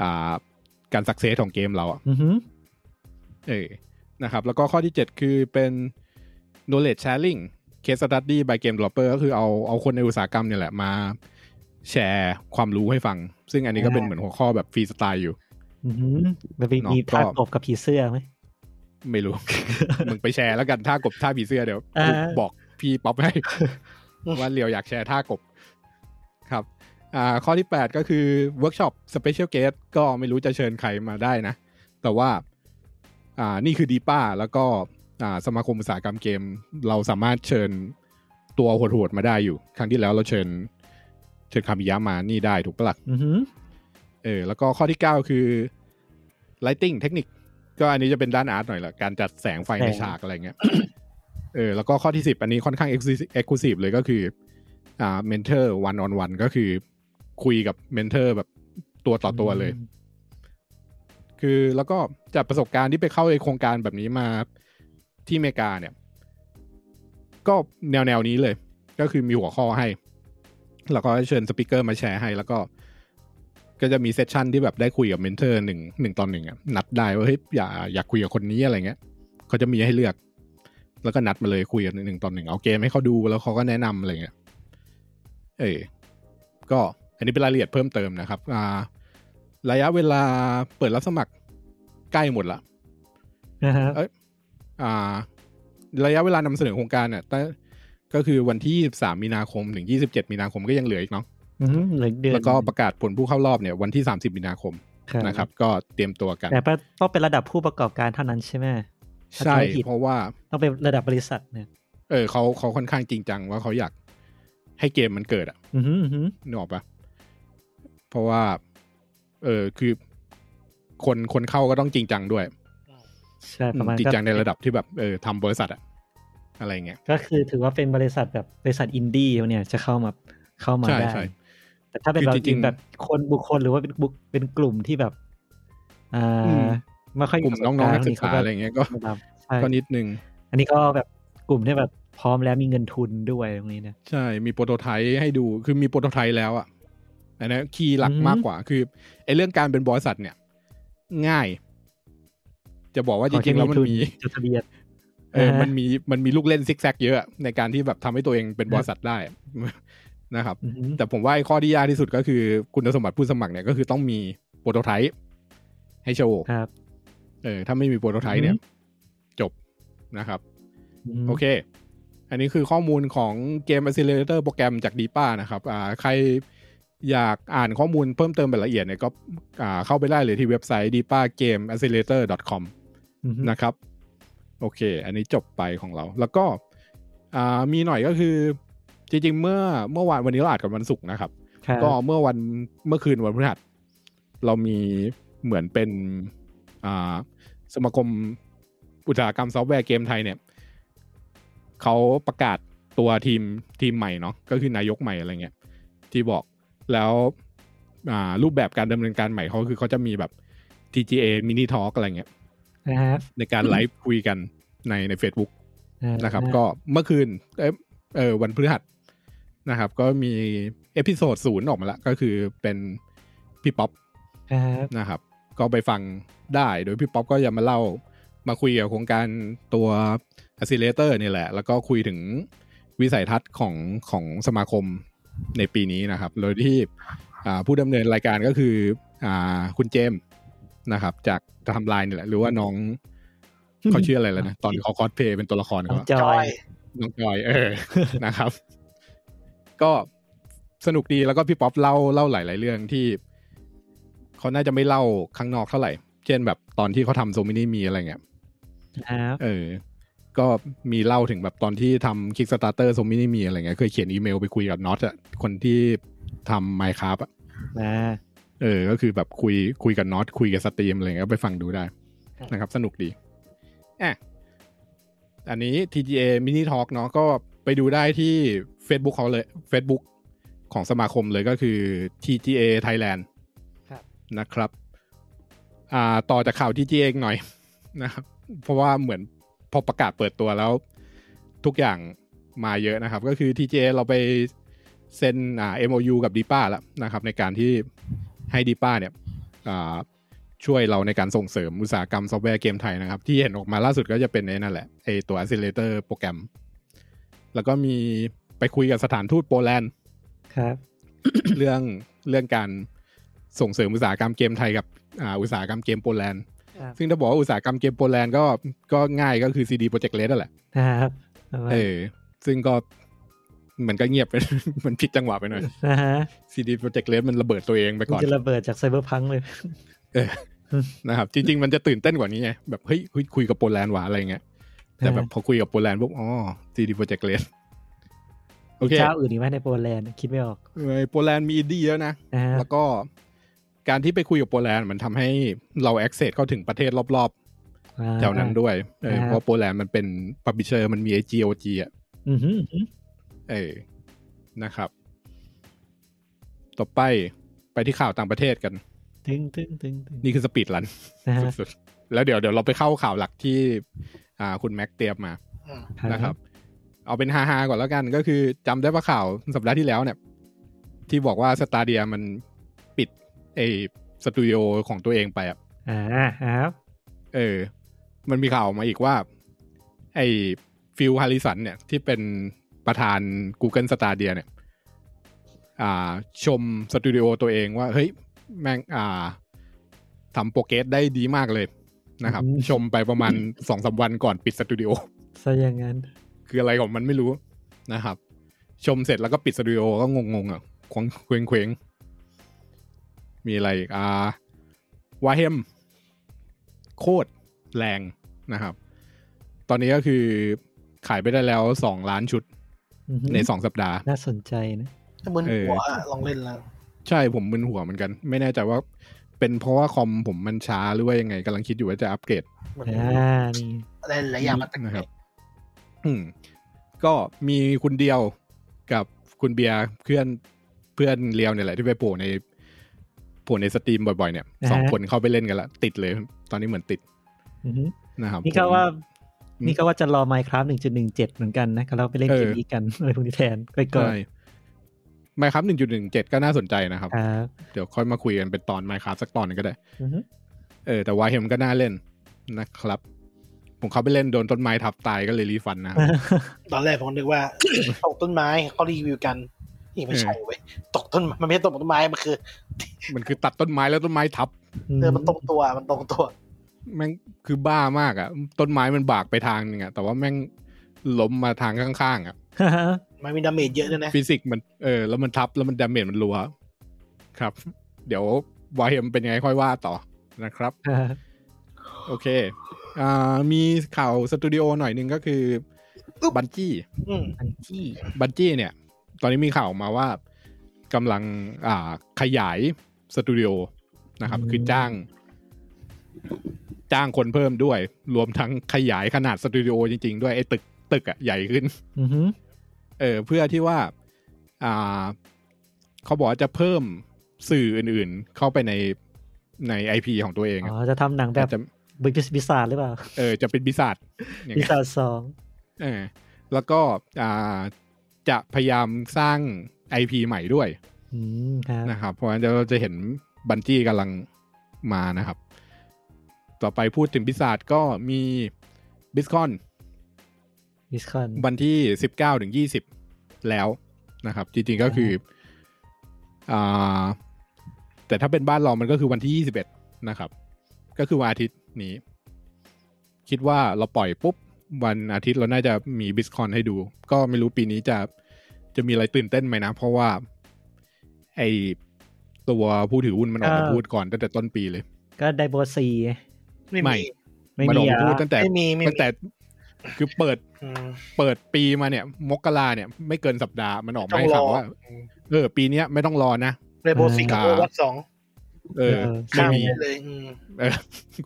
Speaker 2: อ่าการสักเซสของเกมเราอ่ะ
Speaker 3: อือหือ
Speaker 2: เออ นะครับ แล้วก็ข้อที่ 7 คือเป็น knowledge sharing case study by game developer ก็คือเอาเอาคนในอุตสาหกรรมเนี่ยแหละมาแชร์ความรู้ให้ฟัง ซึ่งอันนี้ก็เป็นเหมือนหัวข้อแบบฟรีสไตล์อยู่
Speaker 3: อือหือแล้วมี
Speaker 2: เนาะ
Speaker 3: มีท่า
Speaker 2: ก็
Speaker 3: กบกับผีเสื้อไหม
Speaker 2: ไม่รู้ มึงไปแชร์แล้วกันท่ากบท่าผีเสื้อเดี๋ยว
Speaker 3: อ่า
Speaker 2: บอกพี่ป๊อปให้ ว่าเรียวอยากแชร์ท่ากบครับ อ่า ข้อที่ 8 ก็คือเวิร์กช็อปสเปเชียลเกสก็ไม่รู้จะเชิญใครมาได้นะ แต่ว่า อ่านี่คือดีป้าแล้วก็อ่าสมาคมอุตสาหกรรมเกม เราสามารถเชิญตัวโหดๆมาได้อยู่ ครั้งที่แล้วเราเชิญ เชิญคามิยะมานี่ได้ถูกปะล่ะ
Speaker 3: อือหือ
Speaker 2: เออแล้วก็ข้อที่ 9 คือ lighting เทคนิค ก็อันนี้จะเป็นด้านอาร์ตหน่อยละการจัดแสงไฟใน
Speaker 3: แสง
Speaker 2: ฉากอะไรเงี้ย เออแล้วก็ข้อที่ 10 อันนี้ค่อนข้าง exclusive เลยก็คืออ่า mentor one on one ก็คือคุยกับ mentor แบบตัวต่อตัวเลย คือแล้วก็จากประสบการณ์ที่ไปเข้าไอโครงการแบบนี้มาที่อเมริกาเนี่ย ก็แนวแนวๆนี้เลย ก็คือมีหัวข้อให้ แล้วก็เชิญสปิเกอร์มาแชร์ให้ แล้วก็ ก็จะมีเซสชันที่แบบได้คุยกับเมนเทอร์หนึ่งหนึ่งตอนหนึ่งอะนัดได้ว่าเฮ้ยอยากอยากคุยกับคนนี้อะไรเงี้ยเขาจะมีให้เลือก แล้วก็นัดมาเลยคุยกันหนึ่งตอนหนึ่งเอาเกมให้เขาดูแล้วเขาก็แนะนำอะไรเงี้ยเออ ก็อันนี้เป็นรายละเอียดเพิ่มเติมนะครับ อ่า ระยะเวลาเปิดรับสมัครใกล้หมดละ
Speaker 3: นะครับ
Speaker 2: เอ้ย อ่า ระยะเวลานำเสนอโครงการเนี่ยตั้งก็คือวันที่ 23 มีนาคมถึง 27 มีนาคมก็ยังเหลืออีกเนาะ
Speaker 3: อือหือเหลือเดือน
Speaker 2: แล้วก็ประกาศผลผู้เข้ารอบเนี่ยวันที่ 30 มีนาคมนะครับ ก็เตรียมตัวกัน
Speaker 3: แต่ต้องเป็นระดับผู้ประกอบการเท่านั้นใช่ไหม
Speaker 2: ใช่
Speaker 3: ถ้าจำไม่ผิด
Speaker 2: เพราะว่า
Speaker 3: ต้องเป็นระดับบริษัทเนี่ย
Speaker 2: เออเขาเขาค่อนข้างจริงจังว่าเขาอยากให้เกมมันเกิดอะ
Speaker 3: อือหืออือหือ
Speaker 2: นึกออกปะเพราะว่า เออคือคนคนเข้าก็ต้องจริงจังด้วย
Speaker 3: ใช่ประมาณ
Speaker 2: จริง
Speaker 3: ก็
Speaker 2: จังในระดับที่แบบเออทำบริษัทอะอะไรเงี้ย
Speaker 3: ก็คือถือว่าเป็นบริษัทแบบบริษัทอินดี้เนี่ยจะเข้ามาเข้ามา
Speaker 2: ใช่
Speaker 3: ได้
Speaker 2: ใช่
Speaker 3: แต่ถ้าเป็นแบบ
Speaker 2: คือจริ
Speaker 3: อิ
Speaker 2: ง
Speaker 3: น
Speaker 2: ๆ
Speaker 3: แบบคนบุคคลหรือว่าเป็นบุคเป็นกลุ่มที่แบบอ่
Speaker 2: อื
Speaker 3: าม ไม่ค่อย
Speaker 2: กลุ่มน้องๆนักศึกษา
Speaker 3: พว
Speaker 2: อะไรเงี้ยก็
Speaker 3: ไม่รับใช่
Speaker 2: ก็นิดนึง
Speaker 3: อันนี้ก็แบบกลุ่มที่แบบพร้อมแล้วมีเงินทุนด้วยตรงนี้นะ
Speaker 2: ใช่ มีโปรโตไทป์ให้ดู คือมีโปรโตไทป์แล้วอะอันนั้นคีย์หลัก
Speaker 3: อือหือ
Speaker 2: มากกว่า คือไอ้เรื่องการเป็นบริษัทเนี่ย ง่าย จะบอกว่าจ
Speaker 3: ขอ
Speaker 2: ริ
Speaker 3: แค่
Speaker 2: งๆ แล้วมัน
Speaker 3: ทุน
Speaker 2: มี
Speaker 3: จดทะเบียน
Speaker 2: เออ
Speaker 3: อ่าฮะ
Speaker 2: มันมี มันมีลูกเล่นซิกแซกเยอะ ในการที่แบบทำให้ตัวเองเป็นบริษัทได้ นะครับ
Speaker 3: อือหือ
Speaker 2: แต่ผมว่าไอ้ข้อที่ยากที่สุดก็คือคุณสมบัติผู้สมัครเนี่ยก็คือต้องมีโปรโตไทป์ให้โชว์
Speaker 3: ครับ
Speaker 2: เออ ถ้าไม่มีโปรโตไทป์เนี่ย จบนะครับ
Speaker 3: ม
Speaker 2: โอเค อันนี้คือข้อมูลของเกม Accelerator โปรแกรมจากดีป้านะครับอ่าใครอยากอ่านข้อมูลเพิ่มเติมแบบละเอียดเนี่ยก็อ่าเข้าไปได้เลยที่เว็บไซต์ dipa game accelerator com
Speaker 3: อือฮึ
Speaker 2: นะครับ โอเค อันนี้จบไปของเรา แล้วก็อ่ามีหน่อยก็คือ จริงๆ เมื่อเมื่อวานวันนี้เราอาจกับวันศุกร์นะครับ
Speaker 3: ครับ
Speaker 2: ก็เมื่อวันเมื่อคืนวันพฤหัสเรามีเหมือนเป็นอ่าสมาคมอุตสาหกรรมซอฟต์แวร์เกมไทยเนี่ยเขาประกาศตัวทีมทีมใหม่เนาะก็คือนายกใหม่อะไรเงี้ยที่บอกแล้วอ่ารูปแบบการดำเนินการใหม่เขาคือเขาจะมีแบบ TGA mini talk อะไรเงี้ย
Speaker 3: นะฮะ
Speaker 2: ในการไลฟ์คุยกันในใน Facebook
Speaker 3: อ่า
Speaker 2: นะครับก็เมื่อคืนเอยเออวันพฤหัสนะครับ ก็มีเอพิโซดศูนย์ออกมาแล้วก็คือเป็นพี่ป๊อป
Speaker 3: ครับ
Speaker 2: นะครับ ก็ไปฟังได้โดยพี่ป๊อปก็จะมาเล่ามาคุยเกี่ยวกับโครงการตัว a c c e l e r a t o r นี่แหละ แล้วก็คุยถึงวิสัยทัศน์ของของสมาคมในปีนี้นะครับ โดยที่อ่าผู้ดำเนินรายการก็คืออ่าคุณเจมส์นะครับ จากทำลายนี่แหละ หรือว่าน้องเขาชื่ออะไรแล้วนะตอนเขาคอสเพลย์เป็นตัวละคร
Speaker 3: น้อ
Speaker 2: เขา
Speaker 3: ง
Speaker 2: อะ
Speaker 3: จ
Speaker 4: จ
Speaker 3: อ
Speaker 4: อย ย
Speaker 2: น้องจอยเอ อ นะครับ ก็สนุกดีแล้วก็พี่ป๊อปเล่าเล่าหลาย ๆ เรื่องที่เขาน่าจะไม่เล่าข้างนอกเท่าไหร่ เช่นแบบตอนที่เขาทำโซมินี่มีอะไรเงี้ย
Speaker 3: ครับ
Speaker 2: เออ ก็มีเล่าถึงแบบตอนที่ทำ Kickstarter โซมินี่มีอะไรเงี้ยเคยเขียนอีเมลไปคุยกับน็อตอะคนที่ทำ Minecraft อะ
Speaker 3: มา
Speaker 2: เออ ก็คือแบบคุยคุยกับน็อตคุยกับสตรีมอะไรเงี้ยก็ไปฟังดูได้นะครับ สนุกดีอ่ะอันนี้ TGA Mini Talk เนาะก็ไปดูได้ที่ Facebook เขาเลย Facebook ของสมาคมเลยก็คือ TGA Thailand
Speaker 4: ครับ
Speaker 2: นะครับ อ่าต่อจากข่าว TGA อีกหน่อย นะครับ เพราะว่าเหมือนพอประกาศเปิดตัวแล้ว ทุกอย่างมาเยอะนะครับ ก็คือ TGA เราไปเซ็นอ่า MOU กับ d ีป้าแล้วนะครับ ในการที่ให้ดีป้าเนี่ยอ่าช่วยเราในการส่งเสริมอุตสาหกรรมซอฟต์แวร์เกมไทยนะครับ ที่เห็นออกมาล่าสุดก็จะเป็นไอ้นั่นแหละไอตัว Accelerator โปรแกรม แล้วก็มีไปคุยกับสถานทูตโปแลนด์
Speaker 3: ครับ
Speaker 2: เรื่องเรื่องการส่งเสริมอุตสาหกรรมเกมไทยกับอ่าอุตสาหกรรมเกมโปแลนด์
Speaker 3: ครับ
Speaker 2: ซึ่งถ้าบอกว่าอุตสาหกรรมเกมโปแลนด์ก็ก็ง่ายก็คือ CD Projekt Red นั่นแหละ
Speaker 3: ครับ
Speaker 2: เออ ซึ่งก็มันก็เงียบไป มันผิดจังหวะไปหน่ อย
Speaker 3: นะฮะ
Speaker 2: CD Projekt Red มันระเบิดตัวเองไป
Speaker 3: มั
Speaker 2: ก่
Speaker 3: น
Speaker 2: อน
Speaker 3: จะระเบิดจากไซเบอร์พังเลย
Speaker 2: นะครับ จริง ๆ มันจะตื่นเต้นกว่านี้ไง แบบเฮ้ยเฮ้ยคุยกับโปแลนด์หว่าอะไร เงี้ย แต่แบบพอคุยกับโปแลนด์ปุ๊บอ๋อ CD Projekt Red โอเค
Speaker 3: เจ้าอื่นอีกไหมในโปแลนด์คิดไม่ออก
Speaker 2: เอ้ยโปแลนด์มีอินดี้เยอะนะ
Speaker 3: นะฮะ
Speaker 2: แล้วก็การที่ไปคุยกับโปแลนด์มันทำให้เรา access เข้าถึงประเทศรอบ
Speaker 3: อ่า
Speaker 2: ๆแถวนั้นด้วยเออ
Speaker 3: อ่า
Speaker 2: เพราะโปแลนด์มันเป็น publisher มันมี GOG อ่ะ
Speaker 3: อือหืออือหือ
Speaker 2: เออนะครับ ต่อไปไปที่ข่าวต่างประเทศกัน
Speaker 3: ตึงตึงตึงตึง
Speaker 2: นี่คือสปีดรัน
Speaker 3: นะฮะ
Speaker 2: สุดๆ แล้วเดี๋ยวเดี๋ยวเราไปเข้าข่าวหลักที่อ่าคุณแม็กเตรียมมา
Speaker 4: อืม
Speaker 2: นะครับ เอาเป็นฮาๆก่อนแล้วกันก็คือจำได้ว่าข่าวสัปดาห์ที่แล้วเนี่ย ที่บอกว่าสตาเดียมันปิดไอสตูดิโอของตัวเองไปอะ
Speaker 3: อ่าครับ
Speaker 2: เออ มันมีข่าวออกมาอีกว่า ไอ้ฟิลฮาริสันเนี่ย ที่เป็นประธาน Google Stadia เนี่ย อ่า ชมสตูดิโอตัวเองว่า เฮ้ย แม่ง อ่าทำโปรเกรสได้ดีมากเลยนะครับ
Speaker 3: อืม
Speaker 2: ชมไปประมาณ สองสามวันก่อนปิดสตูดิโอ
Speaker 3: ซะอย่างนั้น
Speaker 2: คืออะไรของมันไม่รู้นะครับ ชมเสร็จแล้วก็ปิดสตูดิโอก็งงๆอ่ะควงเคว้งเควงๆมีอะไรอีกอ่าวาเฮมโคตรแรงนะครับ ตอนนี้ก็คือขายไปได้แล้วสองล้านชุด
Speaker 3: อือหือ
Speaker 2: ในสองสัปดาห์
Speaker 3: น่าสนใจนะ
Speaker 4: ถ้ามึน
Speaker 2: เออ
Speaker 4: หัวอะลองเล่นแล้ว
Speaker 2: ใช่ผมมึนหัวเหมือนกัน ไม่แน่ใจว่าเป็นเพราะว่าคอมผมมันช้าหรือว่ายังไงกำลังคิดอยู่ว่าจะอัปเกรด
Speaker 4: เหมือน
Speaker 3: อ่า นี่
Speaker 4: อะไรหลายอย่างมันเป็น
Speaker 2: นะครับ อืม ก็มีคุณเดียวกับคุณเบียร์เพื่อน พื่อนเลียวเนี่ยแหละที่ไปโผล่ในโผล่ในสตรีมบ่อยๆเนี่ย
Speaker 3: อ่าฮะ
Speaker 2: สองคนเข้าไปเล่นกันละติดเลย ตอนนี้เหมือนติด
Speaker 3: อือฮึ
Speaker 2: นะครับ
Speaker 3: นี่ก็ว่า
Speaker 2: ผม ม
Speaker 3: นี่ก็ว่าจะรอ Minecraft 1.17 เหมือนกันนะก็เราไปเล่นเกมนี้ กันอะไรพวกนี้แทนไปก่อน
Speaker 2: ใช่ไมครับหนึ่งจุดหนึ่งเจ็ดก็น่าสนใจนะครับ
Speaker 3: ครับ
Speaker 2: เดี๋ยวค่อยมาคุยกันเป็นตอนไมครับสักตอนหนึงก็ได้
Speaker 3: อือฮึ
Speaker 2: เออแต่วายเฮมก็น่าเล่นนะครับ ผมเขาไปเล่นโดนต้นไม้ทับตายก็เลยรีฟันนะครับ
Speaker 4: ตอนแรกผมนึกว่า ตกต้นไม้เขารีวิวกันนี่ไม่ใช่เว้ยตกต้นไม้มันไม่ใช่ตกต้นไม้มันคือ
Speaker 2: มันคือตัดต้นไม้แล้วต้นไม้ทับ
Speaker 4: เออมันตรงตัวมันตรงตัว
Speaker 2: แม่งคือบ้ามากอะ่ะ ต้นไม้มันบากไปทางหนึงอะ่ะแต่ว่าแม่งล้มมาทางข้างๆอะ่ะ
Speaker 3: ฮ่าฮ่า
Speaker 4: มันมีดาเมจเยอะด้วยนะ
Speaker 2: ฟิสิกส์มันเออแล้วมันทับแล้วมันดาเมจมันรัวครับ เดี๋ยววายเฮมเป็นยังไงค่อยว่าต่อนะครับ
Speaker 3: ฮ่าฮ่า
Speaker 2: โอเคอ่ามีข่าวสตูดิโอหน่อยหนึงก็คือบันจี้
Speaker 4: อืม
Speaker 3: อันที่
Speaker 2: บันจี้เนี่ย ตอนนี้มีข่าวออกมาว่ากำลังอ่าขยายสตูดิโอนะครับ คือจ้าง จ้างคนเพิ่มด้วย รวมทั้งขยายขนาดสตูดิโอจริงๆ ด้วยไอ้ตึกตึกอะใหญ่ขึ้น
Speaker 3: อือฮึ
Speaker 2: เออเพื่อที่ว่าอ่าเขาบอกว่าจะเพิ่มสื่ออื่นๆ เข้าไปในใน IP ของตัวเอง
Speaker 3: อ๋
Speaker 2: อะ
Speaker 3: อจะทำหนังแบบ
Speaker 2: จะ
Speaker 3: บิสบิสารหรือเปล่า
Speaker 2: เออจะเป็นบิษัทอย่าง
Speaker 3: บิ
Speaker 2: เงี้ย
Speaker 3: สารสอง
Speaker 2: เออแล้วก็อ่าจะพยายามสร้าง IP ใหม่ด้วย
Speaker 3: อืมครับ
Speaker 2: นะครับ เพราะฉะนั้นเดี๋ยวเราจะเห็นบันจี้กำลังมานะครับ ต่อไปพูดถึงบิษัทก็มีบิสคอน
Speaker 3: บิสคอน
Speaker 2: วันที่ 19ถึง20 แล้วนะครับ จริงๆก็คืออ่าแต่ถ้าเป็นบ้านเรามันก็คือวันที่ 21 นะครับ ก็คือวันอาทิตย์นี้ คิดว่าเราปล่อยปุ๊บ วันอาทิตย์เราน่าจะมีบิสคอนให้ดู ก็ไม่รู้ปีนี้จะจะมีอะไรตื่นเต้นไหมนะ เพราะว่า ไอตัวผู้ถือหุ้นมันออกมาพูดก่อนตั้งแต่ต้นปีเลย
Speaker 3: ก็ไดโบซี
Speaker 4: ไม่
Speaker 2: ไม่
Speaker 4: มี
Speaker 3: ไม่
Speaker 2: มันอ
Speaker 3: มี
Speaker 2: อก
Speaker 3: เหร
Speaker 2: มาพูด
Speaker 3: อ่ะ
Speaker 2: ตั้งแต่
Speaker 4: ไม่มีไม่
Speaker 2: ตั้ง
Speaker 4: มี
Speaker 2: แต่คือเปิด
Speaker 4: อืม
Speaker 2: เปิดปีมาเนี่ย มกราเนี่ย ไม่เกินสัปดาห์มันออกมา
Speaker 4: ไม่
Speaker 2: ให้
Speaker 4: ต้
Speaker 2: ข่า
Speaker 4: อ
Speaker 2: ว
Speaker 4: งรอ
Speaker 2: ว่าเออ ปีเนี้ยไม่ต้องรอนะ
Speaker 4: เรโบสิกับโอวัตสอง
Speaker 2: เออไม่
Speaker 4: ข้าม
Speaker 2: มี
Speaker 4: ไปเลยอืม
Speaker 2: เอ อ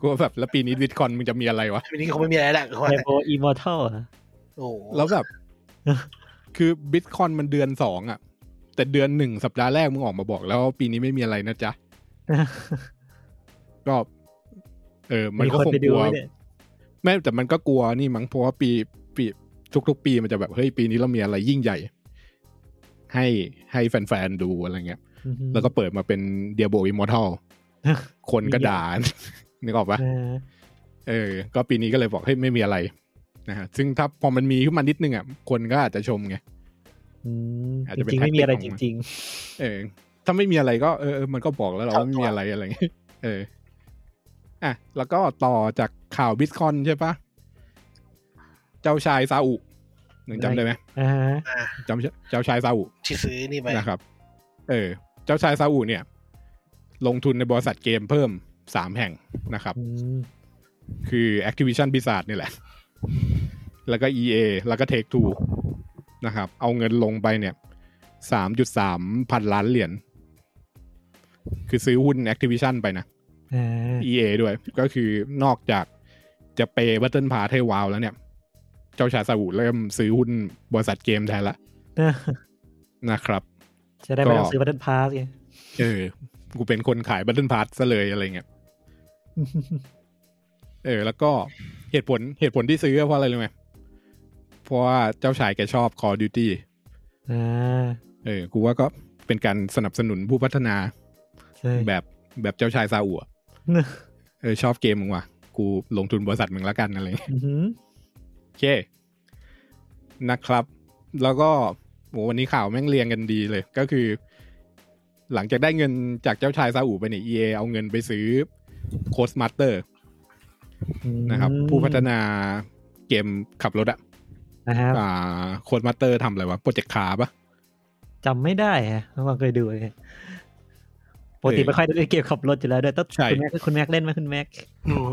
Speaker 2: กูว่าแบบแล้วปีนี้วิดคอนมึงจะมีอะไรวะ
Speaker 4: วันนี้คงไม่มีอะไรแล้ว
Speaker 3: ไดโบอีมอร์ทัลอ่ะ
Speaker 4: โอ้โห
Speaker 2: แล้วแบบ คือบิตคอนมันเดือนสองอะแต่เดือนหนึ่งสัปดาห์แรกมึงออกมาบอกแล้วว่าปีนี้ไม่มีอะไรนะจ๊ะ ก็ เออ มันก็คงกลัว
Speaker 3: มีคนไปดูไหมเนี่ย
Speaker 2: แม่แต่มันก็กลัวนี่มั้งเพราะว่าปีปีทุก ๆ ปีมันจะแบบเฮ้ยปีนี้เรามีอะไรยิ่งใหญ่ ให้ให้แฟนๆดูอะไรเงี้ย
Speaker 3: อือฮึ
Speaker 2: แล้วก็เปิดมาเป็นเดียโบอิมมอร์ทัล คนกระดาน นึกออกปะ
Speaker 3: เออ
Speaker 2: เออ ก็ปีนี้ก็เลยบอกให้ยไม่มีอะไรนะฮะซึ่งถ้าพอมันมีขึ้นมานิดนึงอ่ะ คนก็อาจจะชมไง
Speaker 3: อืม
Speaker 2: อาจ
Speaker 3: จ
Speaker 2: จะเป็น
Speaker 3: ริงๆไม่มีอะไรจ
Speaker 2: tactic ของมัน
Speaker 3: ริง
Speaker 2: เออ ถ้าไม่มีอะไรก็เออเออมันก็บอกแล้วเราว่าไม่มีอะไรอะไรเงี้ยเออ อ่ะ แล้วก็ต่อจากข่าวบิตคอนใช่ปะเจ้าชายซาอุยังจำได้ไหม
Speaker 3: ๆอ่าฮะ
Speaker 2: จำชื่อเจ้าชายซาอุ
Speaker 4: ที่ซื้อนี่ไป
Speaker 2: นะครับ เออ เจ้าชายซาอุเนี่ย ลงทุนในบริษัทเกมเพิ่มสามแห่งนะครับ
Speaker 3: อืม
Speaker 2: คือ Activision Blizzard นี่แหละ แล้วก็ EA แล้วก็ Take Two นะครับ เอาเงินลงไปเนี่ยสามจุดสามพันล้านเหรียญ คือซื้อหุ้น Activision ไปนะ
Speaker 3: อ่า
Speaker 2: EA ด้วย ก็คือนอกจากจะเปย์บัตเทิลพาให้วาวแล้วเนี่ย เจ้าชายซาอุเริ่มซื้อหุ้นบริษัทเกมแทนละนะครับ
Speaker 3: จะได้ไม่ต้อ
Speaker 2: ก็
Speaker 3: งซื้อบัตเทิลพาสไง
Speaker 2: เออ กูเป็นคนขายบัตเทิลพาสซะเลยอะไรเงี้ย เออ แล้วก็เหตุผลเหตุผลที่ซื้อเพราะอะไรรู้ไหมเพราะว่าเจ้าชายแกชอบ Call of Duty
Speaker 3: อ่า
Speaker 2: เออ กูว่าก็เป็นการสนับสนุนผู้พัฒนา
Speaker 3: ใช่
Speaker 2: แบบแบบเจ้าชายซาอุอะเออ ชอบเกมมึงว่ะ กูลงทุนบริษัทมึงละกันอะไรเงี้ย
Speaker 3: อื้อหือ
Speaker 2: โอเค นะครับ แล้วก็โหวันนี้ข่าวแม่งเรียงกันดีเลย ก็คือ หลังจากได้เงินจากเจ้าชายซาอุไปเนี่ย EA เอาเงินไปซื้อโคสมาสเตอร์
Speaker 3: อืม
Speaker 2: นะครับ ผู้พัฒนาเกมขับรถอะ
Speaker 3: นะครับ
Speaker 2: อ่าโค้ดมาสเตอร์ทำอะไรวะ โปรเจกต์คาปะ
Speaker 3: จำไม่ได้ฮะเมื่อวานเคยดูเลยปกติ
Speaker 2: เออ
Speaker 3: ไม่ค่อยได้เล่นเกมขับรถอยู่แล้วด้วยต้อง
Speaker 2: ใช่
Speaker 3: คุณแม็กคุณแม็กเล่นไหมคุณแม็ก
Speaker 4: โอ้โห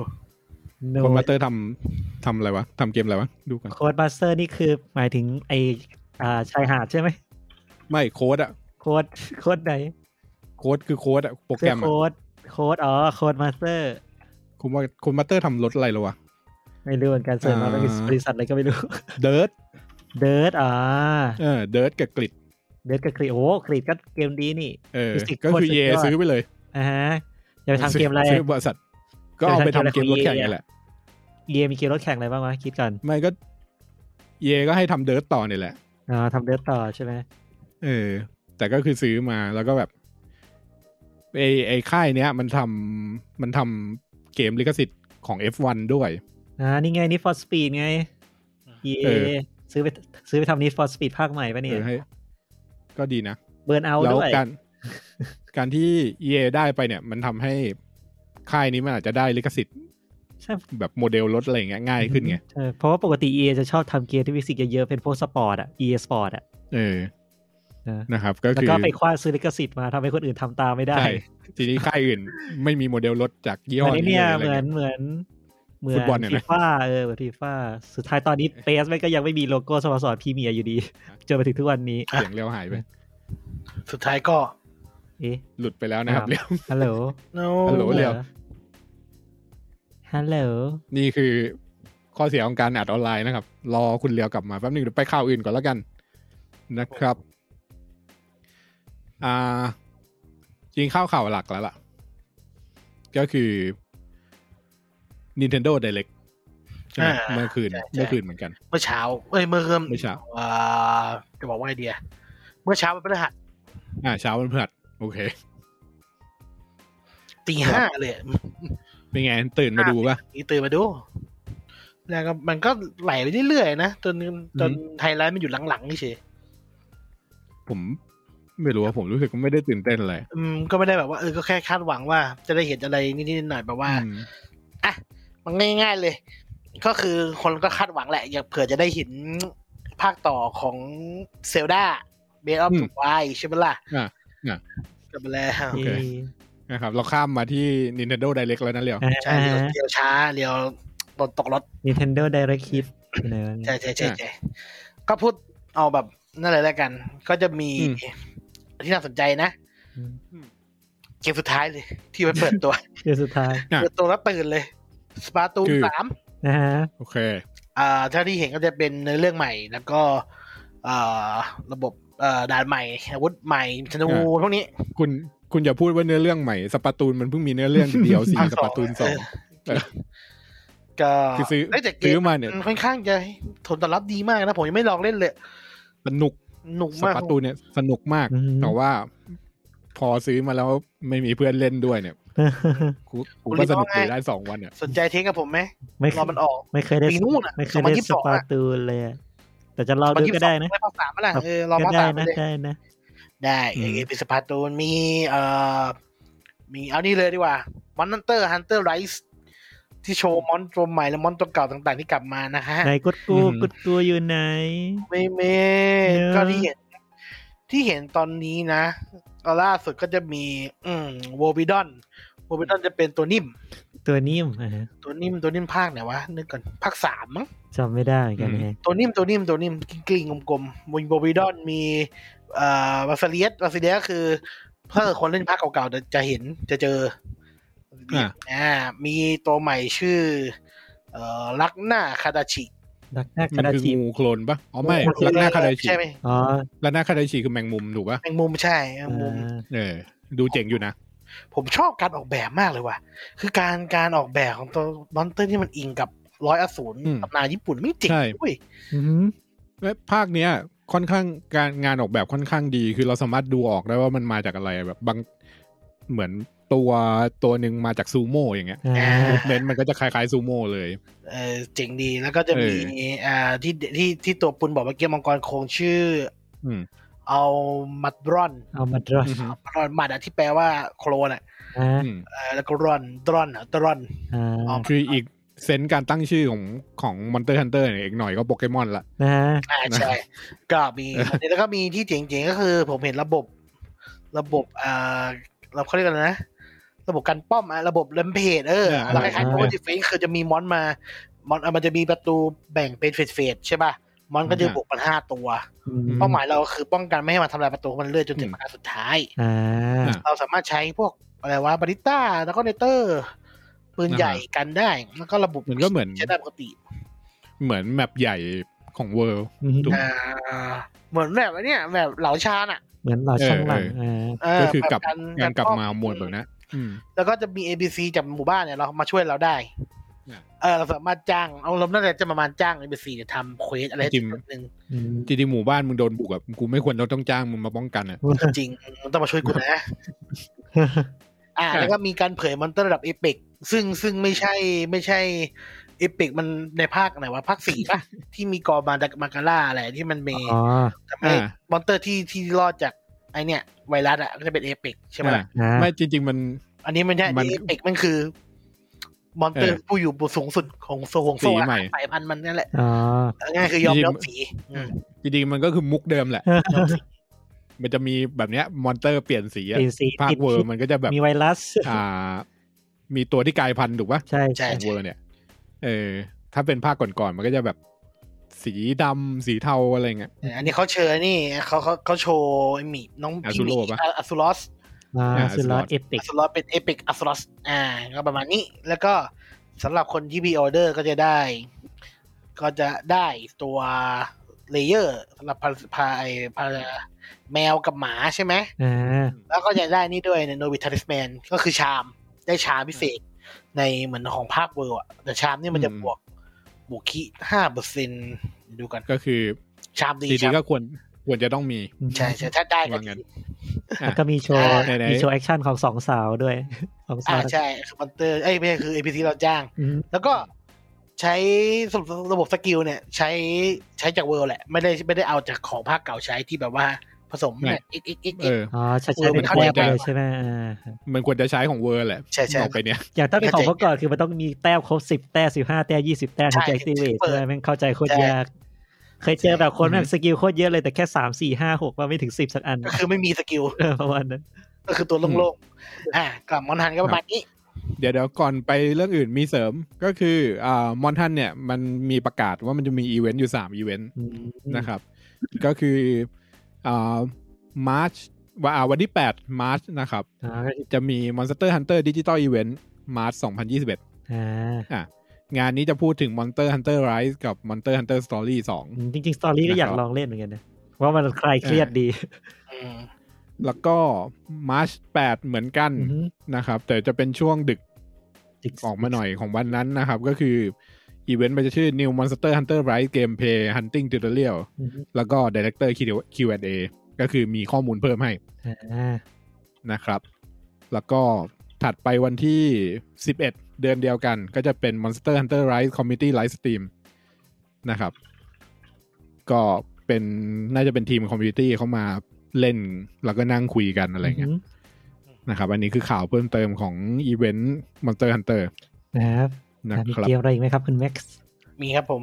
Speaker 3: โน
Speaker 2: โค้ดมาสเตอร์ทำทำอะไรวะทำเกมอะไรวะ ดูกัน
Speaker 3: โค้ดบัสเตอร์นี่คือหมายถึงไออ่าชายหาดใช่ไหม
Speaker 2: ไม่โค้ดอะ
Speaker 3: โค้ดโค้ดไหน
Speaker 2: โค้ดคือโค้ดอะโปรแก
Speaker 3: เสื้
Speaker 2: ร
Speaker 3: อ
Speaker 2: มอะ
Speaker 3: โค้ดโค้ดอ๋อโค้ดมาสเตอร์
Speaker 2: คุณว่าโค้ดมาสเตอร์ทำรถอะไรหรอวะ
Speaker 3: ไม่รู้เหมือนกันเสิร์ชมา
Speaker 2: อ่า
Speaker 3: เป็นบริษัทอะไรก็ไม่รู้
Speaker 2: เดิร์ด
Speaker 3: เดิร์ดอ่า
Speaker 2: เออเดิร์ดกับกริด
Speaker 3: เดดกับครีดโอ้ครีดก็เกมดีนี่
Speaker 2: เออ
Speaker 3: Physics
Speaker 2: ก็คือเย
Speaker 3: โคตรสุดยอด
Speaker 2: ซื้อไปเลย
Speaker 3: อ่าฮะอย่าไปทำเกมอะไร
Speaker 2: ซื้อบริษัท ก็เอาไปทำเกมรถแข่งนี่แหละ
Speaker 3: เยมีเกมรถแข่งอะไรบ้างวะคิดก่อน
Speaker 2: ไม่ก็เยก็ให้ทำเดิร์ตต่อนี่แหละ
Speaker 3: อ่าทำเดดต่อใช่ไหม
Speaker 2: เออ แต่ก็คือซื้อมาแล้วก็แบบไอไอค่ายเนี้ย มันทำมันทำเกมลิขสิทธิ์ของ F1 ด้วย
Speaker 3: อ่านี่ไงนี่ฟอร์สปีดไงเย
Speaker 2: เออ
Speaker 3: ซื้อไปซื้อไปทำนี่ฟอร์สปีดภาคใหม่ปะเนี่
Speaker 2: เอยอให้ ก็ดีนะ
Speaker 3: เบิร์นเอา
Speaker 2: แล้ว
Speaker 3: ด้วย
Speaker 2: การ การที่เยได้ไปเนี่ย มันทำให้ค่ายนี้มันอาจจะได้ลิขสิทธิ์
Speaker 3: ใช่
Speaker 2: แบบโมเดลรถอะไรอย่างเงี้ยง่ายขึ้นไง
Speaker 3: เออเพราะว่าปกติเอจะชอบทำเกมที่ฟิสิกส์เยอะๆเป็นพวกสปอร์ตอ่ะเอสปอร์ตอ่ะ
Speaker 2: เออ
Speaker 3: นะ
Speaker 2: นะครับ ก็
Speaker 3: แล้ว
Speaker 2: คือ
Speaker 3: ก็ไปคว้าซื้อลิขสิทธิ์มาทำให้คนอื่นทำตามไม่ได้
Speaker 2: ใช่ทีนี้ค่ายอื่น ไม่มีโมเดลรถจากยี่ห้
Speaker 3: อั
Speaker 2: อน
Speaker 3: นี้
Speaker 2: นี้
Speaker 3: เนี่ย
Speaker 2: ลยอะไร
Speaker 3: เหมือ
Speaker 2: เงี้
Speaker 3: น
Speaker 2: ย
Speaker 3: เหมือนเหมื
Speaker 2: ฟุ
Speaker 3: อน
Speaker 2: ตบอลเนี่ย
Speaker 3: ฟี
Speaker 2: นะ
Speaker 3: ฟ่าเออเหมือนฟีฟ่าสุดท้ายตอนนี้เปสมันก็ยังไม่มีโลโก้สโมสรพรีเมียร์อยู่ดี จนมาถึงทุกวันนี้
Speaker 2: เสียงเลี้ยวหายไป
Speaker 4: สุดท้ายก็
Speaker 3: เอ๊ะ
Speaker 2: หลุดไปแล้วนะครับ
Speaker 3: ครับ
Speaker 2: เลี้ยว
Speaker 3: ฮัลโหล
Speaker 4: โน้
Speaker 2: ฮัลโหล เดี๋ยว
Speaker 3: ฮัลโหล
Speaker 2: นี่คือข้อเสียของการอัดออนไลน์นะครับ รอคุณเลียวกลับมาแป๊บหนึงเดี๋ยวไปข่าวอื่นก่อนแล้วกันนะครับ อ่า จริงเข้าวข่าวหลักแล้วล่ะ ก็คือ Nintendo Direct ใช่ไหมเมื่อคืนเมื่อคืนเหมือนกัน
Speaker 4: เมื่อเช้าเอ้ยเมื่อเริ่ม
Speaker 2: เมื่อเช้า
Speaker 4: อ่าจะบอกว่าไอเดีย เมื่อเช้าวันพฤหัส
Speaker 2: อ่าเช้าวันพฤหัสโอเค
Speaker 4: ตีห้าเลย
Speaker 2: เป็นไง ตื่นมาดูป่ะ
Speaker 4: นี่ตื่นมาดู แล้วก็มันก็ไหลไปเรื่อยๆนะจนจนไฮไลท์มันอยู่หลังๆเฉย
Speaker 2: ผมไม่รู้ว่าผมรู้สึกว่าไม่ได้ตื่นเต้นอะไร
Speaker 4: ๆอืมก็ไม่ได้แบบว่าเออก็แค่คาดหวังว่า จะได้เห็นอะไรนิดๆหน่อยๆแบบว่า
Speaker 2: อืม
Speaker 4: มันง่าย ๆเลย ก็คือคนก็คาดหวังแหละอยากเผื่อจะได้เห็นภาคต่อของเซลดาเบลออฟไวใช่ไหมล่ะ
Speaker 2: อ่ะ
Speaker 4: กลับมาแล้ว
Speaker 2: โอเค นะครับ เราข้ามมาที่ Nintendo Direct แล้วนะเลียว
Speaker 4: ใช่เรียวเรียวช้าเรียวตนตกรถ
Speaker 3: Nintendo Direct Kit อยู่ไหนวะเนี่ย
Speaker 4: ใช่ใช่ใช่ใช่ก็พูดเอาแบบนั่นเลยแล้วกัน ก็จะมี
Speaker 2: อืม
Speaker 4: ที่น่าสนใจนะ
Speaker 3: อืม
Speaker 4: เกมสุดท้ายเลย ที่มันเปิดตัว
Speaker 3: เดี๋ยวสุดท้าย
Speaker 2: อ่ะ
Speaker 4: เปิดตัวแล้วตื่นเลยสปาตู
Speaker 2: คือ
Speaker 4: สาม
Speaker 3: นะฮะ
Speaker 2: โอเค
Speaker 4: อ่าถ้าที่เห็นก็จะเป็นเนื้อเรื่องใหม่แล้วก็อ่าระบบอ่าด่านใหม่อาวุธใหม่ธนู
Speaker 2: อ่า
Speaker 4: พวกนี้
Speaker 2: คุณคุณอย่าพูดว่าเนื้อเรื่องใหม่สปาตูนมันเพิ่งมีเนื้อเรื่องเดียว สี
Speaker 4: ภาค
Speaker 2: สปาตูนสอง
Speaker 4: เออก็
Speaker 2: คือซื้อ
Speaker 4: เยแต่เก
Speaker 2: ซื้อ
Speaker 4: ม
Speaker 2: มาเนี่ย
Speaker 4: มันค่อนข้างจะผลตอบรับดีมากนะผมยังไม่ลองเล่นเลย
Speaker 2: สนุก
Speaker 4: หนุก
Speaker 2: ส
Speaker 4: มาก
Speaker 2: ปาตูนเนี่ยสนุกมาก
Speaker 3: อืม
Speaker 2: แต่ว่า พอซื้อมาแล้วไม่มีเพื่อนเล่นด้วย เนี่ยกูกูก็สนุกอยู่ได้สองวันเนี่ย
Speaker 4: สนใจเทคกับผมไหม
Speaker 3: ไม่
Speaker 4: รอมันออก
Speaker 3: ไม่เคยได้
Speaker 4: ปีนู่นอะ
Speaker 3: ไม่เคยได้ส
Speaker 4: 2022
Speaker 3: ปา
Speaker 4: อะ
Speaker 3: ตูนเลยอะแต่จะรอดูก็ได้นะ
Speaker 4: ได้ภาคสามมาละเออรอ
Speaker 3: ก็
Speaker 4: ภาค
Speaker 3: ได้
Speaker 4: สามไป
Speaker 3: นะ
Speaker 4: เลย
Speaker 3: ได้นะ
Speaker 4: ได้เออเป็นสปาตูนมีเอ่อมีเอานี่เลยดีกว่ามอนเตอร์ฮันเตอร์ไรส์ที่โชว์มอนตัวใหม่และมอนตัวเก่าต่างๆ ที่กลับมานะฮะ
Speaker 3: ไหนกุดกูกุดกูอยู่ไหน
Speaker 4: ไม่เม
Speaker 3: เนอะ
Speaker 4: ก็ที่เห็น ที่เห็นตอนนี้นะก็ล่าสุดก็จะมี อืมโวบิดอนโวบิดอนจะเป็นตัวนิ่ม
Speaker 3: ตัวนิ่มอ่ะฮะ
Speaker 4: ตัวนิ่มตัวนิ่มภาคไหนวะ นึกก่อนภาคสามมั้ง
Speaker 3: จำไม่ได้เหมือนกันไง
Speaker 4: ตัวนิ่มตัวนิ่มตัวนิ่มกลิ้งๆกลมๆมีโวบิดอนมีเอ่อวาซาเลียสวาซาเลียสก็คือถ้าเกิดคนเล่นภาคเก่าๆจะจะเห็นจะเจออะ อ่า มีตัวใหม่ชื่อ เอ่อลักหน้าคาดาชิ
Speaker 3: ดักหน้า
Speaker 2: มั
Speaker 3: กระ
Speaker 2: น
Speaker 3: ดาษ
Speaker 2: คือ
Speaker 3: ที
Speaker 2: งูโคลนปะอ๋อไม่ลักหน้าคาไดชิ
Speaker 4: ใช่ไหม
Speaker 3: อ๋อ
Speaker 2: ลักหน้าคาไดชิคือแมงมุมถูกปะ
Speaker 4: แมงมุมใช่แมงมุม
Speaker 3: อ่า
Speaker 2: เออ ดูเจ๋งอยู่นะ
Speaker 4: ผมชอบการออกแบบมากเลยว่ะ คือการการออกแบบของตัวมอนเตอร์ที่มันอิงกับร้อยอสูร
Speaker 2: อืม
Speaker 4: ตำนานญี่ปุ่นไม่จริง
Speaker 2: ใช่
Speaker 4: เว้ย
Speaker 3: อือหือ
Speaker 2: และภาคเนี้ย ค่อนข้างการงานออกแบบค่อนข้างดี คือเราสามารถดูออกได้ว่ามันมาจากอะไรแบบบางเหมือนตัวตัวหนึ่งมาจากซูโม่อย่างเงี้ย
Speaker 3: อ่า
Speaker 2: เน้นมันก็จะคล้ายๆซูโม่เลย
Speaker 4: เออเจ๋งดีแล้วก็จะมี
Speaker 2: เอ
Speaker 4: อ่าที่ที่ที่ตัวปุนบอกเมื่อกี้มังกรโคงชื่อ
Speaker 2: อืม
Speaker 4: เอามัดรอน
Speaker 3: เอามาดรอส
Speaker 2: อือฮึ
Speaker 4: มัดรอนมัดอะที่แปลว่าโคลนอะ
Speaker 3: อ่า
Speaker 2: อืม
Speaker 4: เออแล้วก็รอนดรอนอะดรอน
Speaker 3: อ่า
Speaker 2: คืออีกเซนส์การตั้งชื่อของของ Monster Hunter เนี่ยอีกหน่อยก็โปเกมอนละ
Speaker 3: นะฮะ
Speaker 4: อ่าใช่ ก็มีแล้วก็มีที่เจ๋งๆก็คือ ผมเห็นระบบ ระบบอ่าเราเขาเรียกกันนะ ระบบการป้อมอ่ะระบบเลมเพจเออ
Speaker 2: อ่า
Speaker 4: แล้วคล้ายๆโปรตีฟิงคือจะมีมอนมามอนอ่ะมันจะมีประตูแบ่งเป็นเฟสเฟสๆใช่ป่ะมอนก็จะ
Speaker 2: อ่า
Speaker 4: บุกมันห้าตัว
Speaker 3: อืม
Speaker 4: เป้าหมายเราคือป้องกันไม่ให้มันทำลายประตูของมันเลื่อยจนถึงมาสุดท้าย
Speaker 3: อ่า
Speaker 4: เราสามารถใช้พวกอะไรวะบาริต้าแล้วก็เนเตอร์ปืนใหญ่กันได้ แล้วก็ระบบ
Speaker 2: มันก็เหมือน
Speaker 4: ใช้ได้ปกติ
Speaker 2: เหมือนแมปใหญ่ของเวิลด์
Speaker 3: อืม
Speaker 2: ถูก
Speaker 4: อ่า เหมือนแบบไอ้เนี่ยแบบเหลาชาญอ่ะ
Speaker 3: เหมือนเราช่างหลัง
Speaker 2: เออเออ
Speaker 3: เออ
Speaker 4: เ
Speaker 2: ก็คือกลับ
Speaker 4: แบบ
Speaker 2: งานกลับมา
Speaker 4: ป้อง
Speaker 2: หมวดแบบเนี้ยอืม
Speaker 4: แล้วก็จะมี ABC จากหมู่บ้านเนี่ยเรามาช่วยเราได้
Speaker 2: เนี่ย
Speaker 4: เออเราสามารถจ้างเอาเราน่าจะจะประมาณจ้าง ABC เนี่ยทำเควสอะไรสักอย่างหนึ่ง
Speaker 3: อืม
Speaker 2: จริงๆหมู่บ้านมึงโดนบุกแบบกูไม่ควรต้องจ้างมึงมาป้องกันอ่ะ
Speaker 4: จริงๆมึงต้องมาช่วยกูนะ อ่าแล้วก็มีการเผยมอนเตอร์ระดับเอเปกซึ่งซึ่งไม่ใช่ไม่ใช่เอเปกมันในภาคไหนวะภาคสี่ปะ ที่มีกอร์มาดากมาการ่าอะไรที่มันมี
Speaker 3: อ๋อ
Speaker 4: ทำให้
Speaker 2: อ่า
Speaker 4: มอนเตอร์ที่ที่รอดจากไอเนี่ยไวรัสอ่ะก็จะเป็นเอเปกใช่ไหมล่ะ
Speaker 3: อ่า
Speaker 2: ไม่จริง ๆ มัน
Speaker 4: อันนี้มันใช่
Speaker 2: มัน
Speaker 4: เอเปกมันคือ มอนเตอ
Speaker 2: เอ
Speaker 4: ร์
Speaker 2: อ
Speaker 4: ผู้อยู่บนสูงสุดของโซห่วงโซ่
Speaker 2: สีใหม่
Speaker 4: สายพันธุ์มันนั่นแหละ
Speaker 3: อ๋อ
Speaker 4: เอาง่ายคือยอม
Speaker 2: จริงๆ
Speaker 4: ยอมสีอืม
Speaker 2: จริงๆมันก็คือมุกเดิมแหละ
Speaker 4: ยอมสี
Speaker 2: มันจะมีแบบเนี้ยมอนเตอร์เปลี่ยนสีอะ
Speaker 3: ติดสี
Speaker 2: ภาค
Speaker 3: ติด
Speaker 2: เวอร์มันก็จะแบบ
Speaker 3: มีไวรัส
Speaker 2: อ่า มีตัวที่กลายพันธุ์ถูกปะ
Speaker 3: ใช่
Speaker 4: ใช่
Speaker 2: ของ
Speaker 4: ใช่
Speaker 2: เวอร์เนี่ย เออ ถ้าเป็นภาคก่อนๆมันก็จะแบบ สีดำสีเทาอะไรเงี้ย
Speaker 4: เอออันนี้เขาเชิญนี่เขาเขาเขาโชว์ไอหมีน้อง
Speaker 2: อา
Speaker 4: พี่
Speaker 2: ซู
Speaker 4: ห
Speaker 2: โร่
Speaker 4: มี
Speaker 2: ปะ
Speaker 4: อ่ะอาซูลอส
Speaker 3: อ่า
Speaker 2: อ่า
Speaker 3: สุดยอด
Speaker 2: slot
Speaker 3: เอพิก
Speaker 4: อัสลอสเป็นเอพิกอัสลอสอ่า ก็ประมาณนี้ แล้วก็สำหรับคนที่มีออเดอร์ก็จะได้ ก็จะได้ตัวเลเยอร์สำหรับพาพาไอพาแมวกับหมาใช่ไหม
Speaker 3: อ่า
Speaker 4: แล้วก็จะได้นี่ด้วยในโนบิทาริสแมนก็คือชาม ได้ชามพิเศษในเหมือนของภาคเวอร์อะแต่ชามนี่มันจะ
Speaker 2: อืม
Speaker 4: บวกบวกขี้ห้าเปอร์เซ็นดูกัน
Speaker 2: ก็คือ
Speaker 4: ชามดี
Speaker 2: จริ
Speaker 4: ชาง ม
Speaker 2: ๆก็ควรควรจะต้องมี
Speaker 4: ใช่ใช่ถ้าได้ก็
Speaker 2: ว่างั้น
Speaker 4: ดี
Speaker 2: อ่ะ
Speaker 3: แล้วก็มีโชว์
Speaker 4: อ่า
Speaker 2: ไหนๆ
Speaker 3: มีโชว์แอคชั่นของสองสาวด้วยสองสา
Speaker 4: อ่าว ใช่คือมอนเตอร์เอ้ยไม่ใช่คือเอพีซีเราจ้าง
Speaker 3: อืม
Speaker 4: แล้วก็ใช้ระบบสกิลเนี่ย ใช้ใช้จากเวิร์แหละ ไม่ได้ไม่ได้เอาจากของภาคเก่าใช้ที่แบบว่าผสมเนี่ย x x x
Speaker 2: เอ
Speaker 4: x
Speaker 2: อ
Speaker 3: อ๋อใช่ใช่
Speaker 4: เออมั
Speaker 3: เป็น น
Speaker 4: เข้า
Speaker 3: แต้มไป
Speaker 4: ใจ
Speaker 3: เลย
Speaker 4: ได้
Speaker 3: ใช่ไหมอ่า
Speaker 2: มันควรจะใช้ของเวอร์แหละ
Speaker 4: ใช่ใช่
Speaker 2: ต่อไปเนี้ย
Speaker 3: อย่างถ้าเป็นของ
Speaker 4: เข้า
Speaker 3: เมื่อ
Speaker 4: ใจ
Speaker 3: ก่อนคือมันต้องมีแต้มครบสิบแต้มสิบห้าแต้มยี่สิบแต้มถึง
Speaker 4: ใช่
Speaker 3: จะ activate
Speaker 4: เปิด
Speaker 3: ใช่ไหมแม่งเข้าใจโคตร
Speaker 4: ใช่
Speaker 3: ยาก เคยเจอแบบคนแบบสกิลโคตรเยอะเลยแต่แค่สามสี่ห้าหกว่าไม่ถึงสิบสักอัน
Speaker 4: ก็คือไม่มีสกิล
Speaker 3: เออประมาณนั้น
Speaker 4: ก็คือตัวโล่งๆอ่ากลับมอนทันก็ประมาณนี้
Speaker 2: เดี๋ยวเดี๋ยวก่อนไปเรื่องอื่นมีเสริมก็คืออ่ามอนทันเนี่ย มันมีประกาศว่ามันจะมีอีเวนต์อยู่ 3 อีเวนต์นะครับ ก็คืออ่ามาร์ชว่าอ่าวันที่ 8 มาร์ชนะครับ
Speaker 3: อ่าก็คือ
Speaker 2: จะมี Monster Hunter Digital Event March 2021
Speaker 3: อ่าง
Speaker 2: านนี้จะพูดถึง Monster Hunter Rise กับ Monster Hunter Story 2
Speaker 3: จริงๆสตอรี่ก็อยาก
Speaker 2: นะครับ
Speaker 3: ลองเล่นเหมือนกันนะว่ามันคลายเครียดดี
Speaker 4: อืม
Speaker 2: แล้วก็ March 8 เหมือนกัน
Speaker 3: อืม
Speaker 2: นะครับ แต่จะเป็นช่วงดึก
Speaker 3: จริง
Speaker 2: ออกมาหน่อยของวันนั้นนะครับ ก็คืออีเวนต์มันจะชื่อ New Monster Hunter Rise Gameplay Hunting Tutorial
Speaker 3: อืม
Speaker 2: แล้วก็ Director Q&A ก็คือมีข้อมูลเพิ่มให้
Speaker 3: อ่า
Speaker 2: นะครับ แล้วก็ถัดไปวันที่ 11 เดือนเดียวกัน ก็จะเป็น Monster Hunter Rise Community Live Stream นะครับ ก็เป็นน่าจะเป็นทีมคอมมูนิตี้เขามาเล่น แล้วก็นั่งคุยกันอะไรเงี้ยนะครับ อันนี้คือข่าวเพิ่มเติมของอีเวนต์ Monster Hunter
Speaker 3: นะครับ
Speaker 2: นะ
Speaker 3: มี
Speaker 2: ครับ
Speaker 3: เกมอะไรอีกไหมครับคุณแม็กซ์
Speaker 4: มีครับผม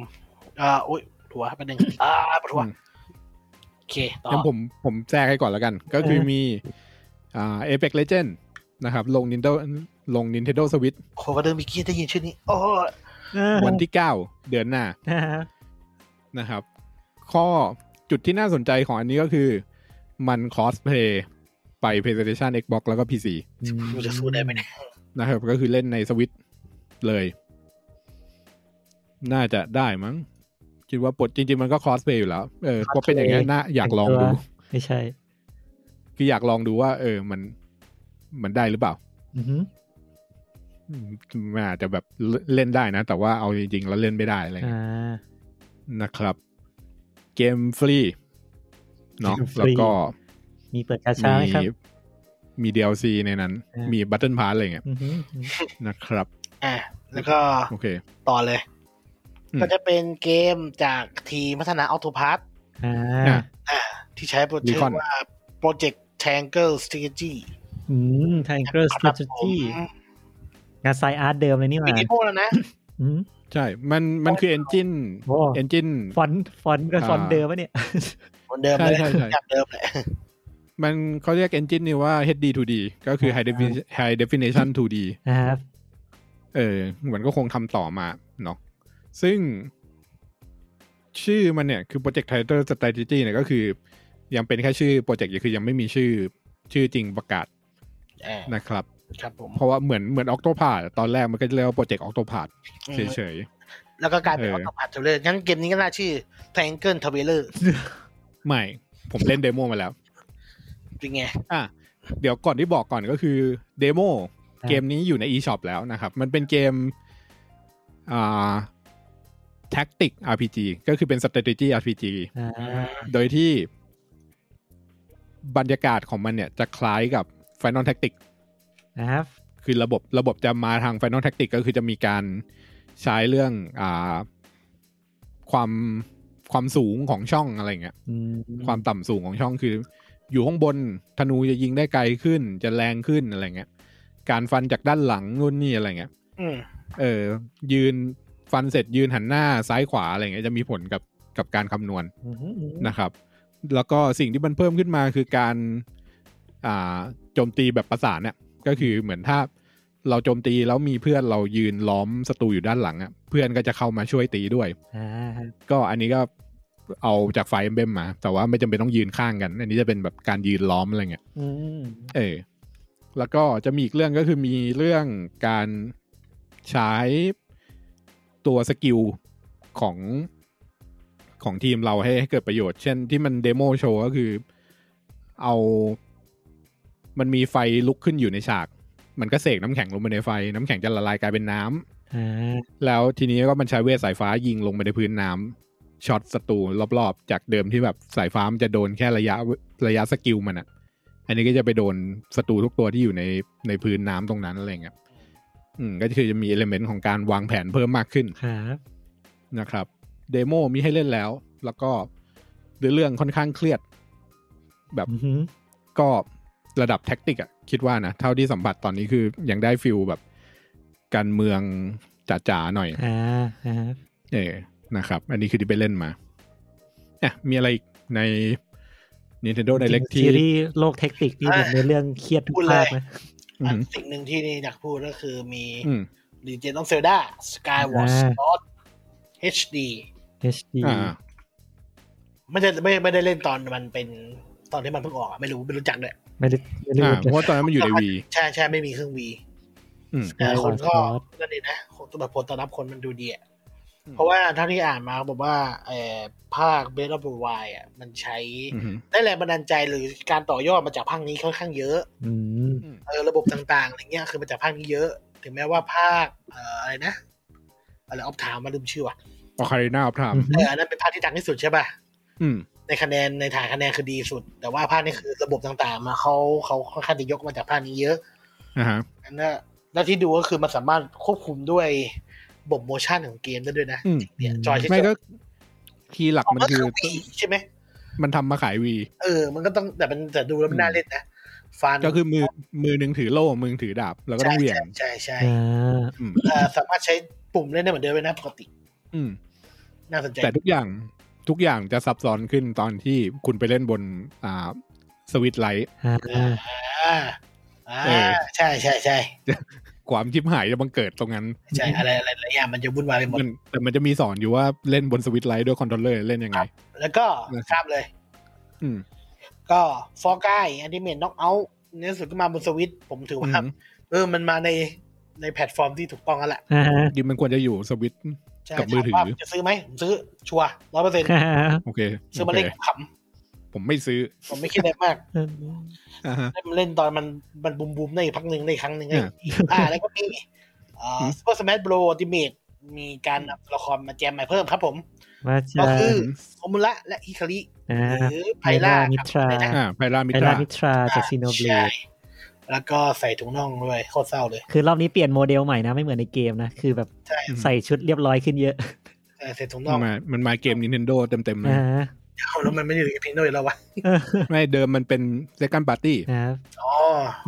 Speaker 4: อ่าอุ้ยถั่วแป๊บนึงอ่าปวดหัว
Speaker 2: อืม
Speaker 4: โอเคต่อ
Speaker 2: งั้นผมผมแทรกให้ก่อนแล้วกัน ก็คือมีอ่า Apex Legend นะครับ ลง Nintendo ลง Nintendo Switch
Speaker 4: โคก็เดินมิกกี้ได้ยินชื่อนี้ โอ้ย
Speaker 2: วันที่ 9 เดือนหน้า
Speaker 3: นะครับ
Speaker 2: นะครับ ข้อจุดที่น่าสนใจของอันนี้ก็คือ มันคอสเพลย์ไป PlayStation Xbox แล้วก็ PC
Speaker 4: กูจะสู้ได้ไหมเนี่ย
Speaker 2: นะครับ ก็คือเล่นในสวิตเลย น่าจะได้มั้ง คิดว่าปลดจริง ๆ มันก็คอสเพลย์อยู่แล้ว เออพอเป็นอย่างนี้นน่าอยากลองดู
Speaker 3: ไม่ใช่
Speaker 2: คืออยากลองดูว่า เออ มันมันได้หรือเปล่า
Speaker 3: อือหือ
Speaker 2: อืมมันอาจจะแบบเล่นได้นะ แต่ว่าเอาจริง ๆ แล้วเล่นไม่ได้อะไรอย่าง
Speaker 3: อ่า
Speaker 2: เงี้ยนะครับ เกมฟรีเนาะ
Speaker 3: เกมฟรี
Speaker 2: แล้วก็
Speaker 3: มีเปิดกาชาไหมครับ
Speaker 2: มี DLC ในนั้น
Speaker 3: อ่ามี
Speaker 2: มีบัตเทิลพาร์อะไรอย่างเงี้ย
Speaker 3: อือหือ
Speaker 2: นะครับ
Speaker 4: อ่าแล้วก็
Speaker 2: โอเค
Speaker 4: ต่อเลย
Speaker 2: อืม
Speaker 4: ก็จะเป็นเกมจากทีมพัฒนาออโตพาร์
Speaker 3: อ่า
Speaker 2: อ่ะ
Speaker 4: อ่าที่ใช้โปรเจก
Speaker 2: Recon
Speaker 4: ต์ว่า Project Tangle Strategy
Speaker 3: อืมทางเกอร์สตรทจี้งานไซอาร์ตเดิมเลยนี่ห
Speaker 4: มิ
Speaker 3: ว่า
Speaker 4: นิโมแล้วนะ
Speaker 3: อืม
Speaker 2: ใช่ มันมันคือเอนจิน
Speaker 3: โอ้
Speaker 2: เอนจิน
Speaker 3: ฟอนต์ฟอนต์ก็
Speaker 2: อ่า
Speaker 3: ฟอนต์เดิมวะเนี่ย
Speaker 4: เหมือนเดิม
Speaker 2: ใช่
Speaker 4: เลย
Speaker 2: ใช่ใช่
Speaker 4: จากเดิมแหละ
Speaker 2: มันเขาเรียกเอนจินนี่ว่า HD 2D ก็คือ High Definition, High Definition 2D
Speaker 3: นะครับ
Speaker 2: เออเหมือนก็คงทำต่อมาเนาะซึ่ง ชื่อมันเนี่ยคือ Project Title Strategy เนี่ยก็คือ ยังเป็นแค่ชื่อโปรเจกต์คือยังไม่มีชื่อชื่อจริงประกาศ
Speaker 4: อ่า
Speaker 2: นะครับ
Speaker 4: ครับผม
Speaker 2: เพราะว่าเหมือนเหมือนออกโตพาดตอนแรกมันก็เรียกว่าโปรเจกต์ออกโตพาด
Speaker 4: อืม
Speaker 2: เฉย
Speaker 4: แล้วก็กลายเป็น
Speaker 2: เออ
Speaker 4: ออโตพาร์ทเทเลอร์งั้นเกมนี้ก็น่าชื่อ Tangle Traveler
Speaker 2: ไม่ ผมเล่นเดโมมาแล้ว
Speaker 4: จริงไง
Speaker 2: อ่ะเดี๋ยวก่อนที่บอกก่อนก็คือเดโม
Speaker 3: ครับ
Speaker 2: เกมนี้อยู่ใน eShop แล้วนะครับ มันเป็นเกมอ่า Tactic RPG ก็คือเป็น Strategy RPG
Speaker 3: อ่า
Speaker 2: โดยที่บรรยากาศของมันเนี่ยจะคล้ายกับ Final Tactic
Speaker 3: นะครับ
Speaker 2: คือระบบระบบจะมาทาง Final Tactic ก็คือจะมีการใช้เรื่องอ่าความความสูงของช่องอะไรอย่างเงี้ย
Speaker 3: อืม
Speaker 2: ความต่ำสูงของช่องคือ อยู่ข้างบนธนูจะยิงได้ไกลขึ้น จะแรงขึ้นอะไรเงี้ย การฟันจากด้านหลังนู่นนี่อะไรเงี้ย
Speaker 4: อืม
Speaker 2: เออ ยืนฟันเสร็จยืนหันหน้าซ้ายขวาอะไรเงี้ยจะมีผลกับกับการคำนวณ
Speaker 3: อืมอืมอืม
Speaker 2: นะครับ แล้วก็สิ่งที่มันเพิ่มขึ้นมาคือการอ่าโจมตีแบบประสานเนี่ยก็คือเหมือนถ้าเราโจมตีแล้วมีเพื่อนเรายืนล้อมศัตรูอยู่ด้านหลังอ่ะเพื่อนก็จะเข้ามาช่วยตีด้วย
Speaker 3: อ่าครับ
Speaker 2: ก็อันนี้ก็เอาจากไฟเอ็มเบมมา แต่ว่าไม่จำเป็นต้องยืนข้างกัน อันนี้จะเป็นแบบการยืนล้อมอะไรเงี้ย
Speaker 3: อืม
Speaker 2: เออแล้วก็จะมีอีกเรื่องก็คือมีเรื่องการใช้ตัวสกิลของของทีมเราให้ให้เกิดประโยชน์ เช่นที่มันเดโมโชว์ก็คือเอามันมีไฟลุกขึ้นอยู่ในฉาก มันก็เสกน้ำแข็งลงไปในไฟ น้ำแข็งจะละลายกลายเป็นน้ำ
Speaker 3: อ่า
Speaker 2: แล้วทีนี้ก็มันใช้เวทสายฟ้ายิงลงไปในพื้นน้ำช็อตศัตรูรอบๆ จากเดิมที่แบบสายฟ้ามันจะโดนแค่ระยะระยะสกิลมันอะอันนี้ก็จะไปโดนศัตรูทุกตัวที่อยู่ในในพื้นน้ำตรงนั้นอะไรเงี้ยอืมก็คือจะมีเอลเมนต์ของการวางแผนเพิ่มมากขึ้น
Speaker 3: ครับ
Speaker 2: นะครับเดโมมีให้เล่นแล้ว แล้วก็เรื่องค่อนข้างเครียด แบบ
Speaker 3: อือหือ
Speaker 2: ก็ระดับแท็กติกอะคิดว่านะเท่าที่สัมผัสตอนนี้คือยังได้ฟิลแบบการเมืองจ๋าๆหน่อย
Speaker 3: อ่าครับ
Speaker 2: เออนะครับ อันนี้คือที่ไปเล่นมาอ่ะมีอะไรอีกใน Nintendo Direct ที่
Speaker 3: ซีรีส์โลกเทคนิคที่แบบเนื้อเรื่องเครียดทุกภาคนะ
Speaker 2: อื
Speaker 4: อัน
Speaker 2: ม
Speaker 4: สิ่งหนึ่งที่นี่อยากพูดก็คือมี
Speaker 2: อืม
Speaker 4: ดีเจต้องเซลดาสกายวอร์สลอต HD
Speaker 3: เอชดี
Speaker 2: อ่า
Speaker 4: ไม่ได้ไม่ไม่ได้เล่นตอนมันเป็นตอนที่มันเพิ่งออกอะไม่รู้ไม่รู้จักด้วย
Speaker 3: ไม่ได้ไม่ได้
Speaker 2: อ่า
Speaker 3: รู้
Speaker 2: เพราะว่าตอนนั้นมันอยู่ในวี
Speaker 4: ใช่ใช่ไม่มีเครื่องวี
Speaker 2: อืม
Speaker 4: แต่คนก็นั่นเองนะคนแบบผลตอบรับคนมันดูดีอะ
Speaker 2: อืม
Speaker 4: เพราะว่าเท่าที่อ่านมาเขาบอกว่าเอ่อภาคเบสออฟวายอ่ะมันใช้
Speaker 2: อืม
Speaker 4: ได้แรงบันดาลใจหรือการต่อยอดมาจากภาคนี้ค่อนข้างเยอะ
Speaker 3: อืม
Speaker 4: เออระบบต่างๆอะไรเงี้ยคือมาจากภาคนี้เยอะ ถึงแม้ว่าภาคเอ่ออะไรนะอะไรออฟถามมาลืมชื่อว่ะ
Speaker 2: ออคาริน่าอัพทาม
Speaker 4: เอออันนั้นเป็นภาคที่ดังที่สุดใช่ป่ะ
Speaker 2: อืม
Speaker 4: ในคะแนนในฐานคะแนนคือดีสุด แต่ว่าภาคนี้คือระบบต่างๆ มาเขาเขาค่อนข้างจะยกมาจากภาคนี้เยอะ
Speaker 2: อ่าฮะ
Speaker 4: อันนั้นแล้วที่ดูก็คือมันสามารถควบคุมด้วยระบบโมชั่นของเกมได้ด้วยนะ
Speaker 2: อืม
Speaker 4: เนี่ยจอยที่
Speaker 2: ไม่
Speaker 4: จ
Speaker 2: ก็
Speaker 4: อย
Speaker 2: คีย์หลักมันคือ
Speaker 4: วีใช่ไหม
Speaker 2: มันทำมาขายวี
Speaker 4: เออมันก็ต้องแต่มันแต่ดูแล้วมันน่าเล่นนะฟัน
Speaker 2: ก็คือมือมือหนึ่งถือโล่มือหนึ่งถือดาบ แล้วก็ต้องเหวี่ยง
Speaker 4: ใช่ใช่ใช่
Speaker 3: อ่า
Speaker 2: อืม
Speaker 4: เอ่อสามารถใช้ปุ่มเล่นได้เหมือนเดิมเลยนะปกติ
Speaker 2: อืม
Speaker 4: น่าสนใจ
Speaker 2: แต่ทุกอย่างทุกอย่างจะซับซ้อนขึ้นตอนที่คุณไปเล่นบนอ่าสวิตไลท์
Speaker 3: อ่า
Speaker 4: อ่าอ่า
Speaker 2: เออ
Speaker 4: ใช่ใช่ใช่
Speaker 2: ความชิบหายจะบังเกิดตรงนั้น
Speaker 4: ใช่อะไรอะไรหลายอย่างมันจะวุ่นวายไปหมด
Speaker 2: มันแต่มันจะมีสอนอยู่ว่าเล่นบนสวิตช์ไลท์ด้วยคอนโทรลเลอร์เล่นยังไง
Speaker 4: ครับ แล้วก็
Speaker 2: นะครับ
Speaker 4: ข้ามเลย
Speaker 2: อืม
Speaker 4: ก็ฟอร์กายอันนี้เมนน็อกเอาในที่สุดก็มาบนสวิตช์ผมถือว่า
Speaker 2: อืม
Speaker 4: เออมันมาในในแพลตฟอร์มที่ถูกต้องแล้วแหละ
Speaker 3: อ่า
Speaker 2: ดิมันควรจะอยู่สวิตช์
Speaker 4: ใช่
Speaker 2: กับมือถือ
Speaker 4: ถาว่าจะซื้อไหมผมซื้อชัวร้อยเปอร์เซ็นต์
Speaker 2: โอเค
Speaker 4: ซื้อมาเล่น
Speaker 2: โค
Speaker 4: ขำ
Speaker 2: ผมไม่ซื้อ
Speaker 4: ๆผมไม่คิดอะไรมาก
Speaker 2: อ่าฮะ
Speaker 4: ได้มาเล่นตอนมันมันบูมบูมๆได้อีกพักหนึ่งได้อีกครั้งหนึ่ง
Speaker 2: อืม
Speaker 4: อ่าแล้วก็มีอ่าซูเปอร์สมัชโบรอัลติเมทมีการนำตัวละครมาแจมใหม่เพิ่มครับผม
Speaker 3: ว่า
Speaker 4: ก็
Speaker 3: จะ
Speaker 4: คือโอมุระและฮิคาริ
Speaker 3: อ่า
Speaker 4: หรือไพล่า
Speaker 3: ไพล่ามิตรา
Speaker 4: กับอะไรนะ
Speaker 2: อ่าไพรามิ
Speaker 3: ไอ
Speaker 2: ต
Speaker 3: รา
Speaker 2: รา
Speaker 3: มิทราจากซีโนเบล
Speaker 4: ใช่
Speaker 3: ด
Speaker 4: แล้วก็ใส่ถุงน่องด้วยโคตรเศร้าเลย
Speaker 3: คือรอบนี้เปลี่ยนโมเดลใหม่นะไม่เหมือนในเกมนะ คือแบบ
Speaker 4: ใช่
Speaker 3: ใส่ชุดเรียบร้อยขึ้นเยอะ
Speaker 4: ใส่ใส่ถุงน่
Speaker 2: มั
Speaker 4: อง
Speaker 2: นมามันมาเกม Nintendo เต็มๆเลย
Speaker 3: อ่า
Speaker 4: เอาแล้วมันไม่ได้อยู่กับพิงโนอีกแล้ววะ
Speaker 2: ไม่เดิมมันเป็น Second Party
Speaker 3: ครับ
Speaker 4: อ๋อ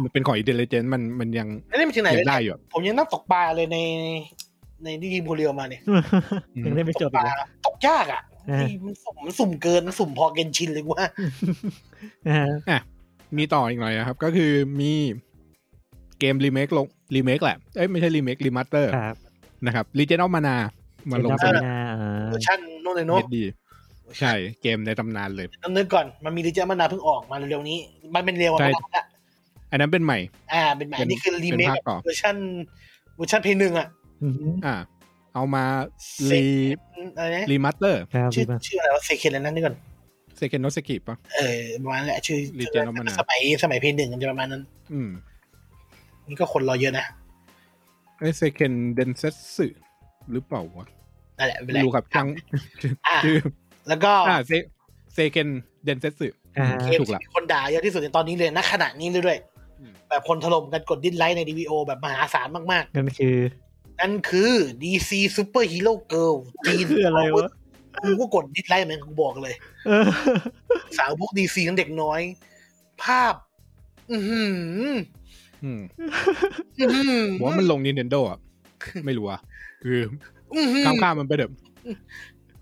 Speaker 2: มันเป็นของ Intelligent มันมันยัง
Speaker 4: แล้วนี่มันถึงไหน
Speaker 2: ยัง
Speaker 4: แล้ว
Speaker 2: ได้
Speaker 4: เนี่ย
Speaker 2: อยู่
Speaker 4: ผมยังนั่งตกปลาเลยในในที่ยิมโพเรียวมาเนี่ย
Speaker 3: ยังได้ไม่จ
Speaker 4: ต
Speaker 3: บ
Speaker 4: กป
Speaker 3: อีก
Speaker 4: ลา
Speaker 3: แล้ว
Speaker 4: ตกยากอ่ะ
Speaker 3: อ่า
Speaker 4: นี่มันสุ่มมันสุ่มเกินมันสุ่มพอเกินชินเลยกูว่า
Speaker 3: อ่า
Speaker 2: มีต่ออีกหน่อยนะครับ ก็คือมีเกมรีเมคลงรีเมคแหละ เอ้ยไม่ใช่รีเมครีมาสเตอร์
Speaker 3: ครับ
Speaker 2: นะครับรีเจนอลมานามาลงส
Speaker 3: เจ
Speaker 2: วิต
Speaker 3: นาอ่า
Speaker 4: เวอร์ชันโน่นเลย
Speaker 2: เน็
Speaker 4: เนาะ
Speaker 2: ตดี ใช่เกมในตำนานเลย
Speaker 4: ต้องนึกก่อนมันมีดิจิทัลมานาเพิ่งออกมาเร็วๆนี้ มันเป็นเร็วอะ
Speaker 2: ใช่
Speaker 4: มันละ
Speaker 2: อันนั้นเป็นใหม่
Speaker 4: อ่า เป็นใหม่
Speaker 2: เป็น
Speaker 4: นี่คือรีเม
Speaker 2: เป็น
Speaker 4: ค
Speaker 2: ภาคต่อ
Speaker 4: เวอร์ชันเวอร์ชันเพย์หนึ่งอ่ะ
Speaker 3: อืม
Speaker 2: อ่า เอามา
Speaker 4: เซ็
Speaker 2: รี
Speaker 4: ต อะไรนะ
Speaker 2: รีมาสเตอร์
Speaker 3: ครับ
Speaker 4: ชื่อ
Speaker 3: พี่บ้าง
Speaker 4: ชื่ออะไรวะเซเคนแล้วนั่นนี่ก่อน
Speaker 3: เซ
Speaker 2: เซเคนโนสกิปปะ
Speaker 4: เออประมาณนั้นแหละชื่อ
Speaker 2: Legend of Mana
Speaker 4: สมัยสมัยเพย์หนึ่งมันจะประมาณนั้น
Speaker 2: อืม
Speaker 4: นี่ก็คนรอเยอะนะ
Speaker 2: ไอเซเคนเดนเซสึหรือเปล่าวะ
Speaker 4: นั่นแหละเป็น
Speaker 2: ไม่
Speaker 4: ไร
Speaker 2: รู้ครับจัง
Speaker 4: อ่ะ
Speaker 2: ชื่อ
Speaker 4: แล้วก็
Speaker 2: อ่าเซเซเคนเดนเซสึ
Speaker 3: อ่า
Speaker 4: เกม
Speaker 2: ถูกละ
Speaker 4: ที่มีคนด่าเยอะที่สุดในตอนนี้เลยณขณะนี้เลยด้วย
Speaker 2: อืม
Speaker 4: แบบคนถล่มกันกดดิสไลค์ในดีวีโอแบบมหาศาลมาก
Speaker 3: นั่นคือ
Speaker 4: ๆ นั่นคือ DC Super Hero Girl จีน
Speaker 3: คืออะไรวะ
Speaker 4: กูก็กดดิสไลค์เหมือนกันกูบอกเลย
Speaker 3: เออ
Speaker 4: สาวพวกดีซีของเด็กน้อย ภาพ อือหือ
Speaker 2: อืม
Speaker 4: อื้อหือ
Speaker 2: ผมว่ามันลง Nintendo อ่ะ ไม่รู้อ่ะ คือ
Speaker 4: อื้อหือ
Speaker 2: ข้ามข้ามมันไปเถอะ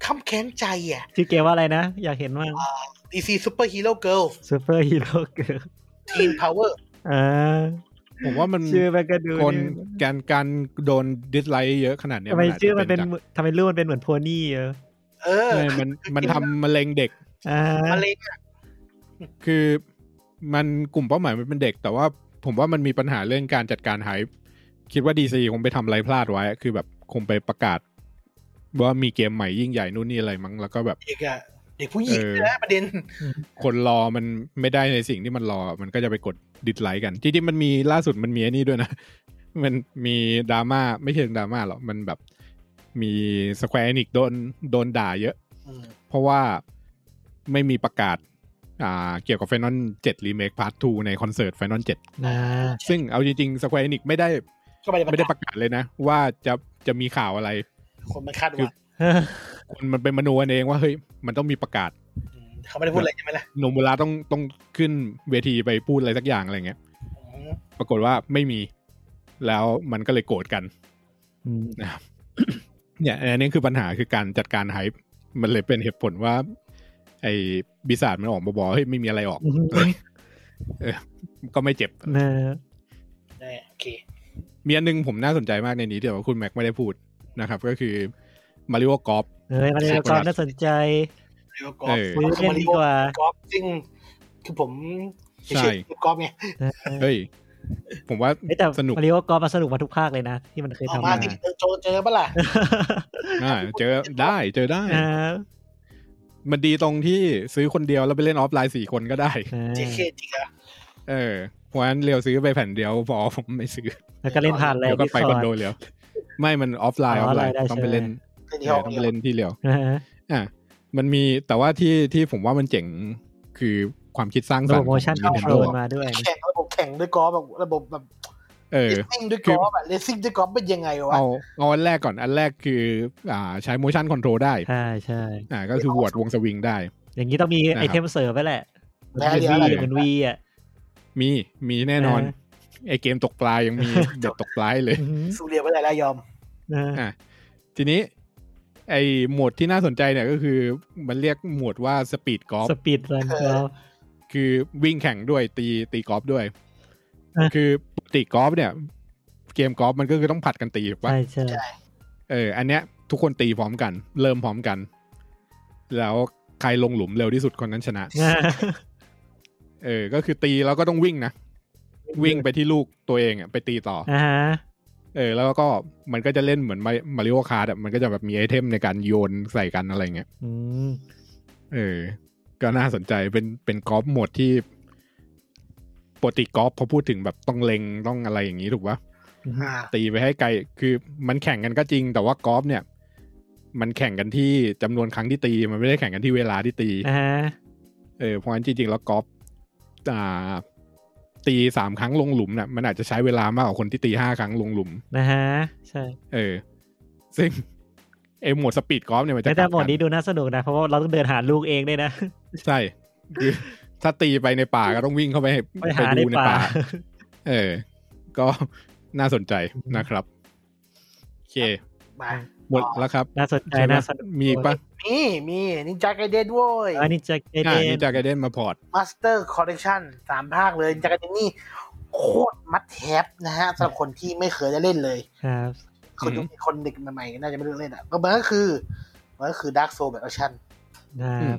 Speaker 4: คำแค้นใจอ่ะ
Speaker 3: ชื่อเกมว่าอะไรนะ อยากเห็นมาก
Speaker 4: ดีซีซูเปอร์ฮีโร่เกิล
Speaker 3: ซูเปอร์ฮีโร่เกิร์ล
Speaker 4: ทีมพาวเวอร์
Speaker 3: อ่า
Speaker 2: ผมว่ามัน
Speaker 3: ชื่อมันก็ดู
Speaker 2: คน
Speaker 3: นี่
Speaker 2: การการโดนดิสไลค์เยอะขนาดเนี้
Speaker 3: ทำไม
Speaker 2: ยาจจะ
Speaker 3: ชื่อมันเป็น
Speaker 2: จาก
Speaker 3: ทำไมรูปมันเป็นเหมือนโพนี่เออ
Speaker 4: เออ
Speaker 2: ใช่มันมันทำมะเร็งเด็ก
Speaker 3: อ่า
Speaker 4: อะไรอ่ะ
Speaker 2: คือมันกลุ่มเป้าหมายมันเป็นเด็ก แต่ว่าผมว่ามันมีปัญหาเรื่องการจัดการไฮป์คิดว่าดีซีคงไปทำอะไรพลาดไว้ คือแบบคงไปประกาศ ว่ามีเกมใหม่ยิ่งใหญ่นู่นนี่อะไรมั้ง แล้วก็แบบ
Speaker 4: เด็กอ่ะเด็กผู้หญิง
Speaker 2: เออ
Speaker 4: ด้วยนะประเด็น
Speaker 2: คนรอมันไม่ได้ในสิ่งที่มันรอ มันก็จะไปกดดิสไลค์กัน จริงๆมันมีล่าสุดมันมีไอ้นี่ด้วยนะ มันมีดราม่าไม่เชิงดราม่าหรอกมันแบบมีสแควร์นิกโดนโดนด่าเยอะ
Speaker 4: อืม
Speaker 2: เพราะว่าไม่มีประกาศอ่าเกี่ยวกับ Final 7 Remake Part 2 ในคอนเสิร์ต Final
Speaker 3: อ่า
Speaker 2: 7 ซึ่งเอาจริงๆ Square Enix ไม่ได้
Speaker 4: ก็ไม่ได้
Speaker 2: ไม่
Speaker 4: ป
Speaker 2: ได้
Speaker 4: ระ
Speaker 2: ป
Speaker 4: กาศ
Speaker 2: ระกาศเลยนะ ว่าจะจะมีข่าวอะไร
Speaker 4: คนมันคาดหวัง
Speaker 2: คนมันเป็นมโนกันเองว่าเฮ้ยมันต้องมีประกาศ
Speaker 4: มเขาไม่ได้พูดอะไรใช่ไหมล่ะ
Speaker 2: โนมูระต้องต้องขึ้นเวทีไปพูดอะไรสักอย่างอะไรเงี้ย
Speaker 4: อืม
Speaker 2: ปรากฏว่าไม่มีแล้วมันก็เลยโกรธกัน
Speaker 3: อืม
Speaker 2: เนี่ยอันนี้คือปัญหาคือการจัดการไฮป์มันเลยเป็นเหตุผลว่า ไอ้บิสาดมันออกมาบอกเฮ้ยไม่มีอะไรออกก็ไม่เจ็บ
Speaker 3: นะ
Speaker 4: ได้โอเค
Speaker 2: มีอันหนึงผมน่าสนใจมากในนี้แต่ว่าคุณแม็กไม่ได้พูดนะครับ ก็คือมาริโอกอฟ
Speaker 3: เฮ้ยมาเล่นกอล์ฟน่าสนใจ
Speaker 4: มาริโอกอล์ฟ
Speaker 2: เออ
Speaker 3: ซื้อเล่
Speaker 4: คือ
Speaker 3: น
Speaker 4: มาริ
Speaker 3: ดี
Speaker 4: โอก
Speaker 3: ว่า
Speaker 4: อล์ฟซึ่งคือผม
Speaker 2: ใช่
Speaker 4: เฉยๆกอล์ฟไง
Speaker 2: เฮ้ย ผมว่า
Speaker 3: เอ้ยแต่
Speaker 2: สนุก
Speaker 3: มาริโอกอล์ฟมาสนุกมาทุกภาคเลยนะ ที่มันเคย
Speaker 4: ออก
Speaker 3: ทำ
Speaker 4: มา
Speaker 3: มา
Speaker 4: ที่เจอเจอปะล่ะ
Speaker 2: อ่าเจอได้เจอได้
Speaker 3: อ่า
Speaker 2: มันดีตรงที่ซื้อคนเดียวแล้วไปเล่นออฟไลน์สี่คนก็ได้
Speaker 3: อ่า
Speaker 4: เจเคจริงเหรอ
Speaker 2: เออเพราะฉะนั้นเรียวซื้อไปแผ่นเดียวพอผมไม่ซื้อ
Speaker 3: แล้วก็เล่นผ่านแล้
Speaker 2: เดี๋ยววก็
Speaker 3: ดิส
Speaker 2: ไป
Speaker 3: ค
Speaker 2: ค
Speaker 3: อ
Speaker 2: อน
Speaker 3: ร์
Speaker 2: โด
Speaker 3: ด
Speaker 2: เรียวไม่มันออฟไลน์
Speaker 3: อ๋
Speaker 2: อ
Speaker 3: อ
Speaker 2: อฟไลน์
Speaker 3: ได้ใช่
Speaker 2: ต้องไปเล่น
Speaker 4: เล่น
Speaker 2: เอ
Speaker 4: ที่ห้อง
Speaker 2: อต้องไปเล่นที่เรียว
Speaker 3: อ่า
Speaker 2: อ่ะมันมีแต่ว่าที่ที่ผมว่ามันเจ๋งคือความคิดสร้างส
Speaker 3: ระ
Speaker 2: ร
Speaker 3: บ
Speaker 2: รค์ข
Speaker 3: บโม
Speaker 2: อง
Speaker 3: ชั่นคอนโทร
Speaker 2: Nintendo
Speaker 3: ล
Speaker 2: อะ
Speaker 3: มาด้วย
Speaker 4: แข่งระบบแข่งด้วยกอล์ฟแบบระบบแบบ
Speaker 2: เออ
Speaker 4: เลสซิ่งด้วยกอล์ฟอะเลสซิ่งด้วยกอล์ฟเป็นยังไงวะ
Speaker 2: เอาเอาอันแรกก่อนอันแรกคืออ่าใช้ motion control ได้
Speaker 3: ใช่ใช่
Speaker 2: อ่าก็คือวอดวงสวิงได้
Speaker 3: อย่างนี้ต้องมี
Speaker 2: นะครับ
Speaker 3: ไอเทมเสริมไปแหละเหมือนวีเหมือนวีอ่ะ
Speaker 2: มีมีแน่นอน
Speaker 3: อ่า
Speaker 2: ไอเกมตกปลายัง มี เด็ดตกปลาให้เลย
Speaker 3: อื้อหือ
Speaker 4: สูเรียไม่ได้แล้วยอม
Speaker 3: นะ
Speaker 2: อ่ะทีนี้ ไอโหมดที่น่าสนใจเนี่ยก็คือมันเรียกหมวดว่าสปีดกอล์ฟ
Speaker 3: สปีดรัน
Speaker 4: เออ
Speaker 3: แล้ว
Speaker 2: คือวิ่งแข่งด้วยตีตีกอล์ฟด้วย
Speaker 3: อ่ะ
Speaker 2: คือปกติกอล์ฟเนี่ย เกมกอล์ฟมันก็คือต้องผลัดกันตีถูกปะ
Speaker 3: ใช่ใช่
Speaker 2: เออ อันเนี้ยทุกคนตีพร้อมกัน เริ่มพร้อมกัน แล้วใครลงหลุมเร็วที่สุดคนนั้นชนะ
Speaker 3: นะ
Speaker 2: เออ ก็คือตีแล้วก็ต้องวิ่งนะ วิ่งไปที่ลูกตัวเองอะไปตีต่อ
Speaker 3: อ่าฮะ
Speaker 2: เออ แล้วก็มันก็จะเล่นเหมือนมาริโอคาร์ดมันก็จะแบบมีไอเทมในการโยนใส่กันอะไรเงี้ย
Speaker 3: อืม
Speaker 2: เออ ก็น่าสนใจ เป็น เป็นกอล์ฟโหมดที่ปกติกอล์ฟพอพูดถึงแบบต้องเล็งต้องอะไรอย่างนี้ถูกปะ
Speaker 4: อ่า
Speaker 2: ตีไปให้ไกล คือมันแข่งกันก็จริง แต่ว่ากอล์ฟเนี่ย มันแข่งกันที่จำนวนครั้งที่ตี มันไม่ได้แข่งกันที่เวลาที่ตี
Speaker 3: อ่าฮะ
Speaker 2: เออ เพราะงั้นจริงๆ แล้วกอล์ฟอ่า ตีสามครั้งลงหลุมน่ะ มันอาจจะใช้เวลามากกว่าคนที่ตีห้าครั้งลงหลุม
Speaker 3: นะฮะใช่
Speaker 2: เออ ซึ่งไอโหมดสปีดกอล์ฟเนี่ยมันจะ
Speaker 3: แต่
Speaker 2: ขัด
Speaker 3: หมด
Speaker 2: กัน
Speaker 3: นี้ดูน่าสนุกนะ เพราะว่าเราต้องเดินหาลูกเองด้วยนะ
Speaker 2: ใช่ คือถ้าตีไปในป่าก็ต้องวิ่งเข้าไปให้
Speaker 3: ไปหาใน
Speaker 2: ดูใน
Speaker 3: ป่า
Speaker 2: ป่า เออ ก็ น่าสนใจนะครับ โอเค
Speaker 4: มา
Speaker 2: หมดแล้วครับ
Speaker 3: น่าสนใจ
Speaker 2: ใช่ไหม
Speaker 3: น่าสนุก
Speaker 2: มีอีกปะ
Speaker 4: มีมีนินจาไกเดนว้ย
Speaker 3: อันนี้จะเก
Speaker 2: อ่า
Speaker 3: เด
Speaker 2: นี่
Speaker 3: น
Speaker 2: จากไกเดนมาพอร์ต
Speaker 4: มาสเตอร์คอร์เรชันสามภาคเลยนินจาไกเดนนี่โคตรมัดแทบนะฮะสำหรับคนที่ไม่เคยได้เล่นเลย
Speaker 3: ครับ
Speaker 4: คนยุคคนเด็กใหม่ๆน่าจะไม่รู้เล่นอ่ะก็มันก็คือมันก็คือดาร์กโซแบบแอคชั่น
Speaker 3: นะ
Speaker 2: อืม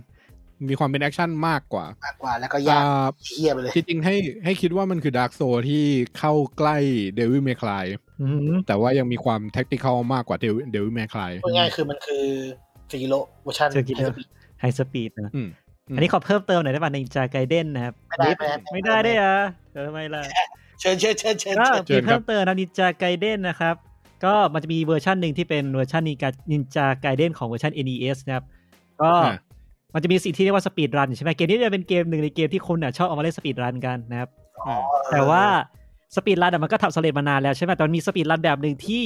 Speaker 2: มีความเป็นแอคชั่นมากกว่าม
Speaker 4: ากกว่าแล้วก็ยาก
Speaker 2: อ่า
Speaker 4: เทียไปเลย
Speaker 2: จริงๆให้ให้คิดว่ามันคือดาร์กโซที่เข้าใกล้เดวิ l เมคลาย
Speaker 3: อืม
Speaker 2: แต่ว่ายังมีความแท็กติคอลมากกว่าเดวิ l เมคลาย
Speaker 4: พูดง่ายๆคือมันคือซีโร่เวอร์ชัน
Speaker 3: เจอกิโลไฮสปีดนะ
Speaker 2: อืม
Speaker 3: อันนี้ขอเพิ่มเติมหน่อยได้ป่ะในจาไกเด้นนะครับ
Speaker 4: ไม่ได้ไม่ได้
Speaker 3: ไม่ได้ได้อะเธอทำไมล่ะ
Speaker 4: เชิญเชิญเชิญเชิญ
Speaker 3: ก็
Speaker 4: เชิญ
Speaker 3: มีเพิ่มเติมนะนินจาไกเด้นนะครับ ก็มันจะมีเวอร์ชันหนึ่งที่เป็นเวอร์ชันนินจาไกเด้นของเวอร์ชัน NES นะครับ ก็
Speaker 2: อ่า
Speaker 3: มันจะมีสิ่งที่เรียกว่าสปีดรันใช่ไหมเกมนี้จะเป็นเกมหนึ่งในเกมที่คนน่ะชอบเอามาเล่นสปีดรันกันนะครับ แต่ว่าสปีดรันอะมันก็ทำสำเร็จมานานแล้วใช่ไหมแต่มันมีสปีดรันแบบหนึ่งที่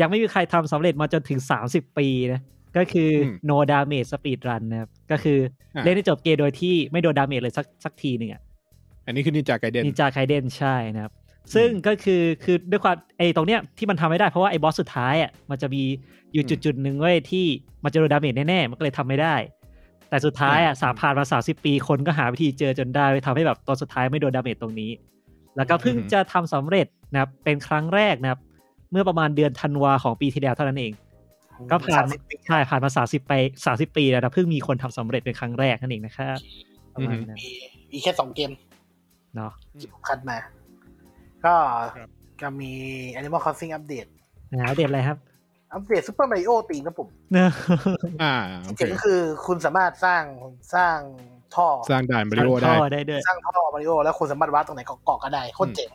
Speaker 3: ยังไม่มีใครทำสำเร็จมาจนถึง 30 ปีนะก็คืออ
Speaker 2: ม
Speaker 3: no damage speed run นะครับก็คืออา เล่นให้จบเกมโดยที่ไม่โดนดาเมจเลยสักสักทีหนึ่งอะ
Speaker 2: อันนี้คือนินจาไกเดน
Speaker 3: นินจาไคเดนใช่นะครับ ซึ่งก็คือคือด้วยความไอ้ตรงเนี้ยที่มันทำไม่ได้เพราะว่าไอ้บอสสุดท้ายอ่ะมันจะมีอยู่
Speaker 2: อืม
Speaker 3: จุดจุดๆหนึ่งเว้ยที่มันจะโดนดาเมจแน่ๆ มันก็เลยทำไม่ได้ แต่สุดท้ายอ่ะสามผ่านมาสามสิบปีคนก็หาวิธีเจอจนได้ทำให้แบบตอนสุดท้ายไม่โดนดาเมจตรงนี้ แล้วก็เพิ่ง
Speaker 2: อือหือ
Speaker 3: จะทำสำเร็จนะครับเป็นครั้งแรกนะครับ เมื่อประมาณเดือนธันวาของปีที่แล้วเท่านั้นเอง ก็ผ่าน
Speaker 4: สมสิบปี
Speaker 3: ใช่ผ่านมาสามสิบไปสามสิบปีแล้วนะเพิ่งมีคนทำสำเร็จเป็นครั้งแรกนั่นเองนะครับประมาณนั้น
Speaker 4: มีมีแค่สองเกม
Speaker 3: เนาะ
Speaker 4: ที่ผมคัดมา ก็
Speaker 2: ครับ
Speaker 4: ก็มี Animal Crossing อัปเดต
Speaker 3: นะอัปเดตอะไรครับ
Speaker 4: อัปเดต Super Mario ตีมนะผม
Speaker 2: อ่า
Speaker 4: จ
Speaker 2: โอเค
Speaker 4: ริงๆก็คือคุณสามารถสร้างสร้างท่อ
Speaker 2: สร้างด่าน บริโอได้
Speaker 3: ท่อได้ด้วย
Speaker 4: สร้างท่อมาริโอแล้วคุณสามารถวัดตรงไหนก็เกาะก็ได้โคตรเจ๋ง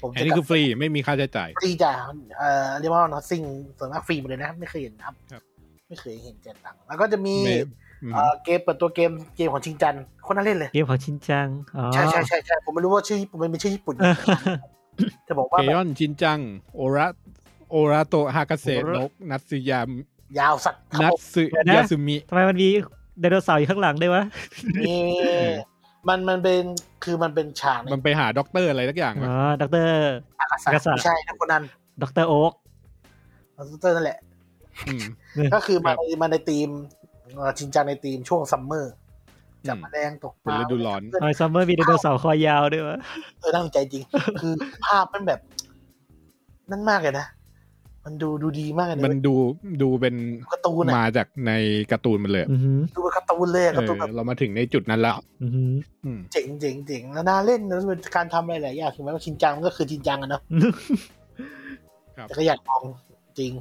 Speaker 4: ผม
Speaker 2: อัน
Speaker 4: จะ
Speaker 2: นี้
Speaker 4: ก
Speaker 2: คื
Speaker 4: ลับ
Speaker 2: อฟรีไม่มีค่าใช้จ่าย
Speaker 4: ฟรีจ้ะเอ่อเรียกว่า n อ t ซิงส่วนมากฟรีหมดเลยนะ ไม่เคยเห็นครับ
Speaker 2: ครับ
Speaker 4: ไม่เคยเห็นเจ็ดตังค์แล้วก็จะมี
Speaker 2: ไม่อืม
Speaker 4: เอ่อเกมเปิดตัวเกมเกมของชิงจันโคนน่าเล่นเลย
Speaker 3: เกมของชินจังอ๋อ
Speaker 4: ใช่ใช่ใช่ใช่ผมไม่รู้ว่าชื่อญี่ปุ่นมันเป็นชื่อญี่ปุ่น
Speaker 3: เออ
Speaker 4: จะบอก
Speaker 2: เค
Speaker 4: ว่าแบ
Speaker 2: ย
Speaker 4: บ
Speaker 2: อนชินจัง โอระโอระโตะฮากาเซะนกนัตสึยาม
Speaker 4: ยาวสัตว์ค
Speaker 2: นั
Speaker 4: รับ
Speaker 2: ต
Speaker 4: ผม
Speaker 2: สึยาซึมิ
Speaker 3: ทำไมมันมีไดโนเสาร์อยู่ข้างหลังด้วยวะ
Speaker 4: มีมันมันเป็นคือมันเป็นฉากใน
Speaker 2: มันไปหาด็อกเตอร์อะไรสักอย่าง
Speaker 3: อ๋
Speaker 2: วะ
Speaker 3: อดอกเตอร์
Speaker 4: อากาศ
Speaker 3: อากาศ
Speaker 4: ไม่ใช่นะคนนั้น
Speaker 3: ดอกเตอร์โอ๊ก
Speaker 4: มันซูเตอร์นั่นแหละ
Speaker 2: อืม
Speaker 4: ก็คือมัน
Speaker 2: ครับ
Speaker 4: มันในทีมเอ่อชินจังในทีมช่วงซัมเมอร์ จับแมลงตกป
Speaker 2: เป็น
Speaker 4: ลา
Speaker 2: ฤดูร้อน
Speaker 3: ไอซัมเมอร์มีไดโนเสาร์คอยาวด้วยวะ
Speaker 4: เออตั้งใจจริง คือภาพมันแบบ นั่นมากเลยนะ มันดูดูดีมากเลยะ
Speaker 2: มันดูดูเป็น
Speaker 4: ดูการ์ตูน
Speaker 2: มา
Speaker 4: อะ
Speaker 2: จากในการ์ตูนมันเลย
Speaker 3: อือหือ
Speaker 4: ดูเป็นการ์ตูนเลยอะ
Speaker 2: เอ
Speaker 4: การ์ตูนแบ
Speaker 2: อบ เรามาถึงในจุดนั้นแล้ว
Speaker 3: อือหือ
Speaker 2: อืม
Speaker 4: เจ๋งเจ๋งเจ๋งแล้วน่าเล่นแล้วเป็นการทำอะไรหลายอย่างถึงแม้ว่าชินจังมันก็คือชินจังอะเนาะ
Speaker 2: ครับ
Speaker 4: แต่ก็อยากลองจริง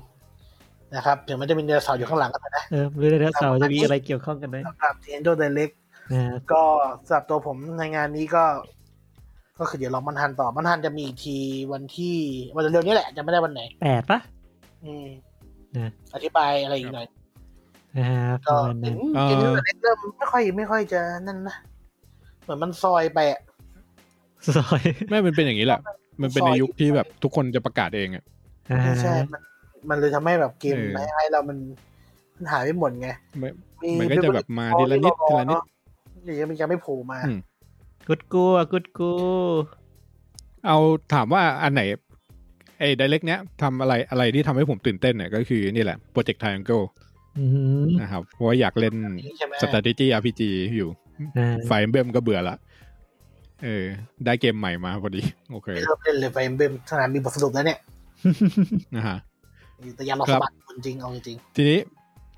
Speaker 4: นะครับถึงมันจะมีเดโนเสาร์อยู่ข้างหลังก็เถอะนะ
Speaker 3: เออไม่รู้ไดโนเสาร์จะมีอะไรเกี่ยวข้องกันไหม
Speaker 4: สำหรับ Nintendo Direct
Speaker 3: นะ
Speaker 4: ก็สำหรับตัวผมในงานนี้ก็ ก็คือเดี๋ยวรอมันทันต่อมันทันจะมีอีกทีวันที่วันเร็วๆนี้แหละจะไม่ได้วันไหน
Speaker 3: แปดปะ
Speaker 4: อืม
Speaker 3: นะ
Speaker 4: อธิบายอะไรอีกหน่อย
Speaker 3: นะฮะป
Speaker 4: ก็
Speaker 3: ระมาณ
Speaker 4: เห็
Speaker 3: นั้น น
Speaker 2: เอ่อ
Speaker 4: เกมนี้แต่เล็กเริ่มไม่ค่อยไม่ค่อยจะนั่นนะเหมือนมันซอยไปอะ
Speaker 3: ซอย
Speaker 2: ไม่มันเป็นอย่าง นี้แหละ มันเป็นในยุคที่แบบทุกคนจะประกาศเองอะ
Speaker 3: อ่าฮะ
Speaker 4: ใช่มันมันเลยทำให้แบบเกม
Speaker 2: เออ
Speaker 4: ไอ้ไอ้เรามันมันหายไปหมดไง
Speaker 2: ไม่ มันก็จะแบบมาทีละนิดทีละนิด
Speaker 4: เดี๋ยวมันจะไม่โผล่มา
Speaker 2: อืม
Speaker 3: กุดกูอะกุดกู
Speaker 2: เอาถามว่าอันไหนไอ้ไดเล็กเนี้ยทำอะไรอะไรที่ทำให้ผมตื่นเต้นเนี่ยก็คือนี่แหละโปรเจกต์ไทแองเกิล
Speaker 3: อือหือ
Speaker 2: นะครับเพราะว่าอยากเล่น
Speaker 4: ใช่ไหม
Speaker 2: strategy RPG อยู่
Speaker 3: อ่า
Speaker 2: ไฟเบมก็เบื่อละเออ ได้เกมใหม่มาพอดี โอเค
Speaker 4: ไม่เริ่มเล่นเลยไปเบมขนาดมีบทสรุปแล้วเนี่ย
Speaker 2: นะฮะ
Speaker 4: แต่ยังรอ
Speaker 2: ค
Speaker 4: ส
Speaker 2: รับ
Speaker 4: มัครจริงๆเอาจริง
Speaker 2: ทีนี้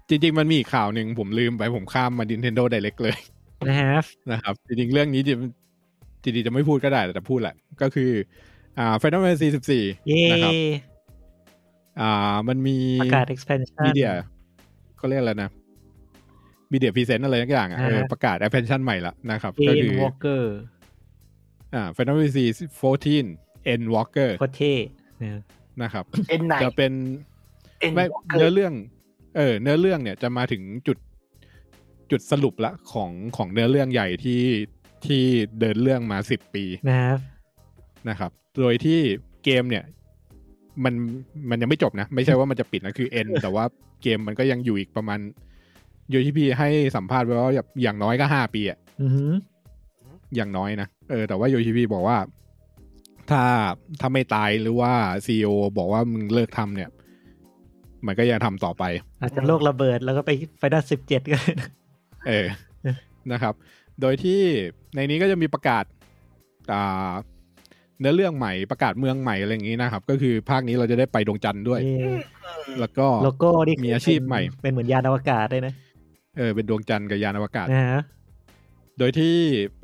Speaker 2: จริง ๆ มันมีอีกข่าวหนึ่งผมลืมไปผมข้ามมา Nintendo Direct เลย
Speaker 3: นะฮะ
Speaker 2: นะครับจริงๆเรื่องนี้จริงจริงๆจะไม่พูดก็ได้แต่จะพูดแหละ ก็คืออ่า Final Fantasy
Speaker 3: เย่
Speaker 2: 14นะครับอ่ามันมี
Speaker 3: ประกาศ expansion
Speaker 2: มีเดียเขาเรียกอะไรนะมีเดียพรีเซนต์อะไรสักอย่างอ่ะเออ
Speaker 3: อ่า
Speaker 2: ประกาศ expansion ใหม่ละนะครับ ก็
Speaker 3: เอ็น
Speaker 2: คือ
Speaker 3: วอลเกอร์
Speaker 2: อ่า Final Fantasy 14 N Walker
Speaker 3: โคตรเท่นะ
Speaker 2: นะครับ
Speaker 4: ๆเอ็นไหน
Speaker 2: จะเป็น
Speaker 4: เอ็น
Speaker 2: ไม่
Speaker 4: เกิ
Speaker 2: เนื้อ
Speaker 4: ด
Speaker 2: เรื่อง เออ เนื้อเรื่องเนี่ยจะมาถึงจุดจุดสรุปละของของเนื้อเรื่องใหญ่ที่ที่เดินเรื่องมาสิบปี
Speaker 3: นะครับ
Speaker 2: นะครับ โดยที่เกมเนี่ย มันมันยังไม่จบนะ ไม่ใช่ว่ามันจะปิดนะคือเอ็น แต่ว่าเกมมันก็ยังอยู่อีกประมาณโยชิพีให้สัมภาษณ์ไว้ว่าแบบอย่างน้อยก็ห้าปีอะ
Speaker 3: อือหือ
Speaker 2: อย่างน้อยนะ เออ แต่ว่าโยชิพีบอกว่า ถ้าถ้าไม่ตายหรือว่าซีอบอกว่ามึงเลิกทำเนี่ย มันก็ยังทำต่อไป
Speaker 3: อาจจะโลกระเบิดแล้วก็ไปไฟด้านสิบเจ็ด ก็ได้นะ
Speaker 2: เอ อ
Speaker 3: เออ
Speaker 2: นะครับ โดยที่ในนี้ก็จะมีประกาศอ่าเนื้อเรื่องใหม่ประกาศเมืองใหม่อะไรอย่างนี้นะครับ ก็คือภาคนี้เราจะได้ไปดวงจันทร์ด้วย
Speaker 3: เย่
Speaker 2: แล้วก็
Speaker 3: โลโก้นี่
Speaker 2: มีอาชีพใหม่
Speaker 3: เป็นเหมือนยานอวกาศด้วยนะ
Speaker 2: เออเป็นดวงจันทร์กับยานอวกาศ
Speaker 3: นะฮะ
Speaker 2: โดยที่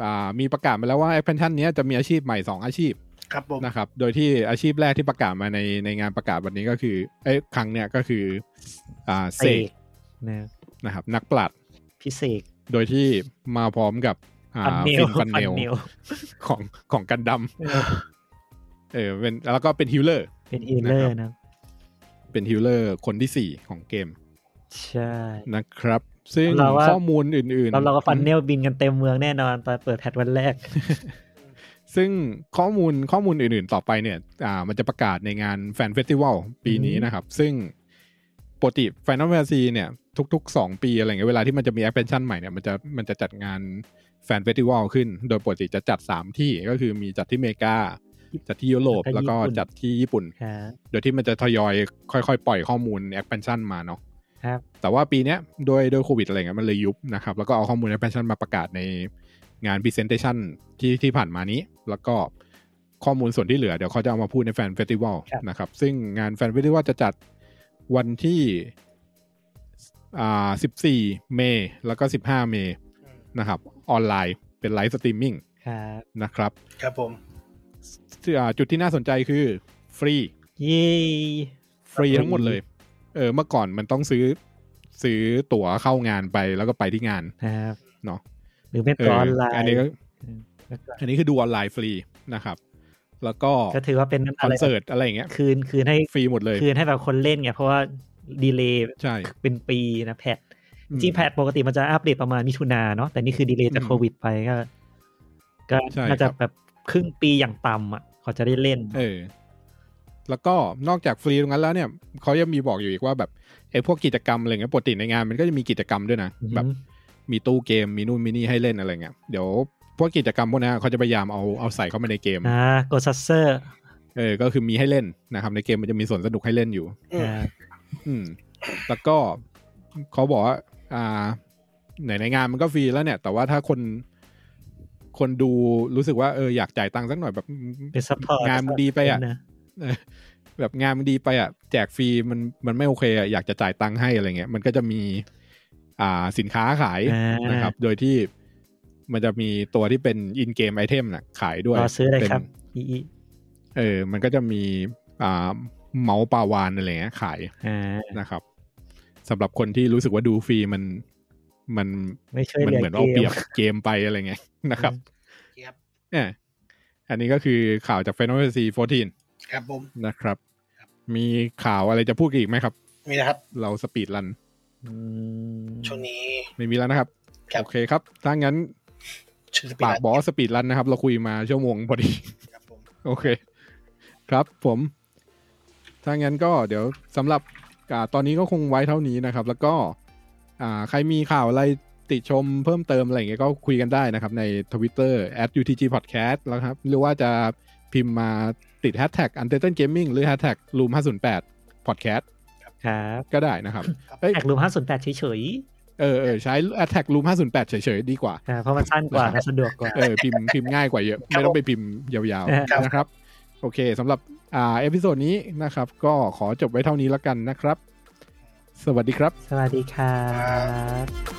Speaker 2: อ่ามีประกาศมาแล้วว่า expansion เนี้ยจะมีอาชีพใหม่สองอาชีพ
Speaker 4: ครับผม
Speaker 2: นะครับ โดยที่อาชีพแรกที่ประกาศมาในในงานประกาศวันนี้ก็คือ เอ้ยครั้งเนี้ยก็คือ อ่าเส
Speaker 3: เส
Speaker 2: ก
Speaker 3: กนะ
Speaker 2: นะครับ นักปราชญ์
Speaker 3: พิเศษ
Speaker 2: โดยที่มาพร้อมกับอ่า
Speaker 3: ฟันเน
Speaker 2: ฟิ
Speaker 3: ล
Speaker 2: นฟัน
Speaker 3: ฟัน
Speaker 2: เนล
Speaker 3: เนล
Speaker 2: ของของกันด
Speaker 4: เออ
Speaker 2: ำเออเป็นแล้วก็เป็นฮิลเลอร์
Speaker 3: เป็นฮีลเลอร์
Speaker 2: นะครับ
Speaker 3: นะ
Speaker 2: เป็นฮิลเลอร์คนที่สี่ของเกม
Speaker 3: ใช่
Speaker 2: นะครับ ซึ่ง
Speaker 3: เราว่า
Speaker 2: ข้อมูลอื่น
Speaker 3: เรา
Speaker 2: ๆ
Speaker 3: เราก็ฟันเนลบินกันเต็มเมืองแน่นอนตอนเปิดแพทวันแรก
Speaker 2: ซึ่งข้อมูลข้อมูลอื่นๆต่อไปเนี่ย อ่า มันจะประกาศในงานแฟนเฟสติวัลปีนี้นะครับ ซึ่งปกติ Final Fantasy เนี่ย ทุก ๆ 2 ปีอะไรเงี้ยเวลาที่มันจะมี expansion ใหม่เนี่ย มันจะมันจะจัดงานแฟนเฟสติวัลขึ้น โดยปกติจะจัด 3 ที่ก็คือมีจัดที่อเมริกา จัดที่ยุโรป
Speaker 3: แล้
Speaker 2: แล้วว
Speaker 3: ก็
Speaker 2: ก็
Speaker 3: ญี่
Speaker 2: จั
Speaker 3: ปุ่น
Speaker 2: ดที่ญี่ปุ่น
Speaker 3: ครับ
Speaker 2: โดยที่มันจะทยอยค่อยๆ ปล่อยข้อมูล expansion มาเนาะ
Speaker 3: ครับ
Speaker 2: แต่ว่าปีเนี้ยโดยโดยโควิดอะไรเงี้ยมันเลยยุบนะครับ แล้วก็เอาข้อมูล expansion มาประกาศในงาน presentation ที่ที่ผ่านมานี้ แล้วก็ข้อมูลส่วนที่เหลือเดี๋ยวเขาจะเอามาพูดในแฟนเฟสติวัล
Speaker 3: ครับ
Speaker 2: นะครับ ซึ่งงานแฟนเฟสติวัลจะจัดวันที่อ่า14 เมษแล้วก็ 15 เมษนะครับ ออนไลน์เป็นไลฟ์สตรีมมิ่ง
Speaker 3: ครับ
Speaker 2: นะครับ
Speaker 4: ครับผม
Speaker 2: ซึ่งอ่าจุดที่น่าสนใจคือฟรี
Speaker 3: เย้
Speaker 2: ฟรีทั้งหมดเลย เออ เมื่อก่อนมันต้องซื้อซื้อตั๋วเข้างานไปแล้วก็ไปที่งาน
Speaker 3: ครับ
Speaker 2: เนาะ
Speaker 3: หรือเป็น
Speaker 2: เอ
Speaker 3: ตัว
Speaker 2: อ
Speaker 3: ออนไลน์
Speaker 2: อันนี้ก็
Speaker 3: อืม
Speaker 2: อันนี้คือดูออนไลน์ฟรีนะครับ แล้วก็
Speaker 3: ก็ถือว่าเป็น
Speaker 2: ค
Speaker 3: อะ
Speaker 2: อน
Speaker 3: ไร
Speaker 2: เสิร์ตอะไรอย่างเงี้ย
Speaker 3: คืนคืนให้
Speaker 2: ฟรีหมดเลย
Speaker 3: คืนให้แบบคนเล่นไงเพราะว่าดีเลย์
Speaker 2: ใช่
Speaker 3: เป็นปีนะแพท
Speaker 2: อืม
Speaker 3: จริงแพทปกติมันจะอัปเดตประมาณมิถุนาเนาะแต่นี่คือดีเลย์จาก
Speaker 2: อืม
Speaker 3: โควิดไปก็ก็
Speaker 2: ใช่
Speaker 3: น่าจะ
Speaker 2: ครับ
Speaker 3: แบบครึ่งปีอย่างต่ำอ่ะเขาจะได้เล่น
Speaker 2: เออ แล้วก็นอกจากฟรีตรงนั้นแล้วเนี่ยเขายังมีบอกอยู่อีกว่าแบบไอ้พวกกิจกรรมอะไรเงี้ยปกติในงานมันก็จะมีกิจกรรมด้วยนะ
Speaker 3: อือหือ
Speaker 2: แบบมีตู้เกมมีนู่นมีนี่ให้เล่นอะไรเงี้ยเดี๋ยวพวกกิจกรรมพวกนี้เขาจะพยายามเอาเอาใส่เข้ามาในเกม
Speaker 3: อ่ากดซัสเซอร์
Speaker 2: เออ ก็คือมีให้เล่นนะครับ ในเกมมันจะมีส่วนสนุกให้เล่นอยู่
Speaker 4: อืม
Speaker 3: อ่า
Speaker 2: อืม แล้วก็เขาบอกว่า อ่าไหนในงานมันก็ฟรีแล้วเนี่ย แต่ว่าถ้าคน คนดูรู้สึกว่าเอออยากจ่ายตังค์สักหน่อยแบบ
Speaker 3: เป็นซัพพอร์ต
Speaker 2: งานมันดีไปอ่ะ
Speaker 3: นะ
Speaker 2: เออ แบบงานมันดีไปอ่ะ แจกฟรีมันมันไม่โอเคอ่ะอยากจะจ่ายตังค์ให้อะไรเงี้ย มันก็จะมี อ่าสินค้าขาย
Speaker 3: อ่า
Speaker 2: นะครับ โดยที่มันจะมีตัวที่เป็นอินเกมไอเทมน่ะ ขายด้วย
Speaker 3: รอซื้อเลยครับ
Speaker 2: ป็น
Speaker 3: อีอี
Speaker 2: เออ มันก็จะมีอ่าเมาส์ปลาวานอะไรเงี้ยขาย
Speaker 3: อ่า
Speaker 2: นะครับสำหรับคนที่รู้สึกว่าดูฟรีมันมัน
Speaker 3: ไม่ช่วย
Speaker 2: มั
Speaker 3: เหลื
Speaker 2: เห
Speaker 3: อ
Speaker 2: มือน
Speaker 3: เก
Speaker 2: เอาเปรีย
Speaker 3: ม
Speaker 2: บ เกมไปอะไรเงี้ย นะครับ
Speaker 4: ครับ
Speaker 2: เนี่ยอันนี้ก็คือข่าวจาก Final Fantasy 14
Speaker 4: ครับผม
Speaker 2: นะครับ มีข่าวอะไรจะพูดกันอีกไหมครับ
Speaker 4: มีนะครับ
Speaker 2: เราสปีดรัน
Speaker 3: อืม
Speaker 4: ช่วงนี้
Speaker 2: ไม่มีแล้วนะครับ
Speaker 4: ครับ
Speaker 2: โอเคครับ ถ้างั้น
Speaker 4: ชื่อสปีด
Speaker 2: ปากบอสสปีดรันนะครับ เราคุยมาชั่วโมงพอดี
Speaker 4: ครับผม
Speaker 2: โอเค ครับผม ถ้างั้นก็เดี๋ยวสำหรับอาตอนนี้ก็คงไว้เท่านี้นะครับ แล้วก็อ่าใครมีข่าวอะไรติชมเพิ่มเติมอะไรอย่างเงี้ยก็คุยกันได้นะครับ ใน Twitter @utgpodcast แล้วครับ หรือว่าจะพิมพ์มาติด hashtag u n t e r t a i n gaming หรือ hashtag room 508 podcast
Speaker 3: ครับ
Speaker 2: ก็ได้นะครับ
Speaker 4: ครับ
Speaker 2: เอ้ย
Speaker 3: แท็กรูมห้าศูนย์แปดเฉย
Speaker 2: เออเออใช้ hashtag room 508 เฉยๆ ดีกว่า
Speaker 3: ๆอ่าเพราะมันสั้นกว่าและสะดวกกว่า
Speaker 2: เออพิมพ์พิมพ์ง่ายกว่าเยอะ ไม่ต้องไปพิมพ์ยาว
Speaker 4: ครับ
Speaker 2: ๆนะครับ โอเคสำหรับอ่าเอพิโซดนี้นะครับ ก็ขอจบไว้เท่านี้แล้วกันนะครับ สวัสดีครับ
Speaker 3: สวัสดีครับ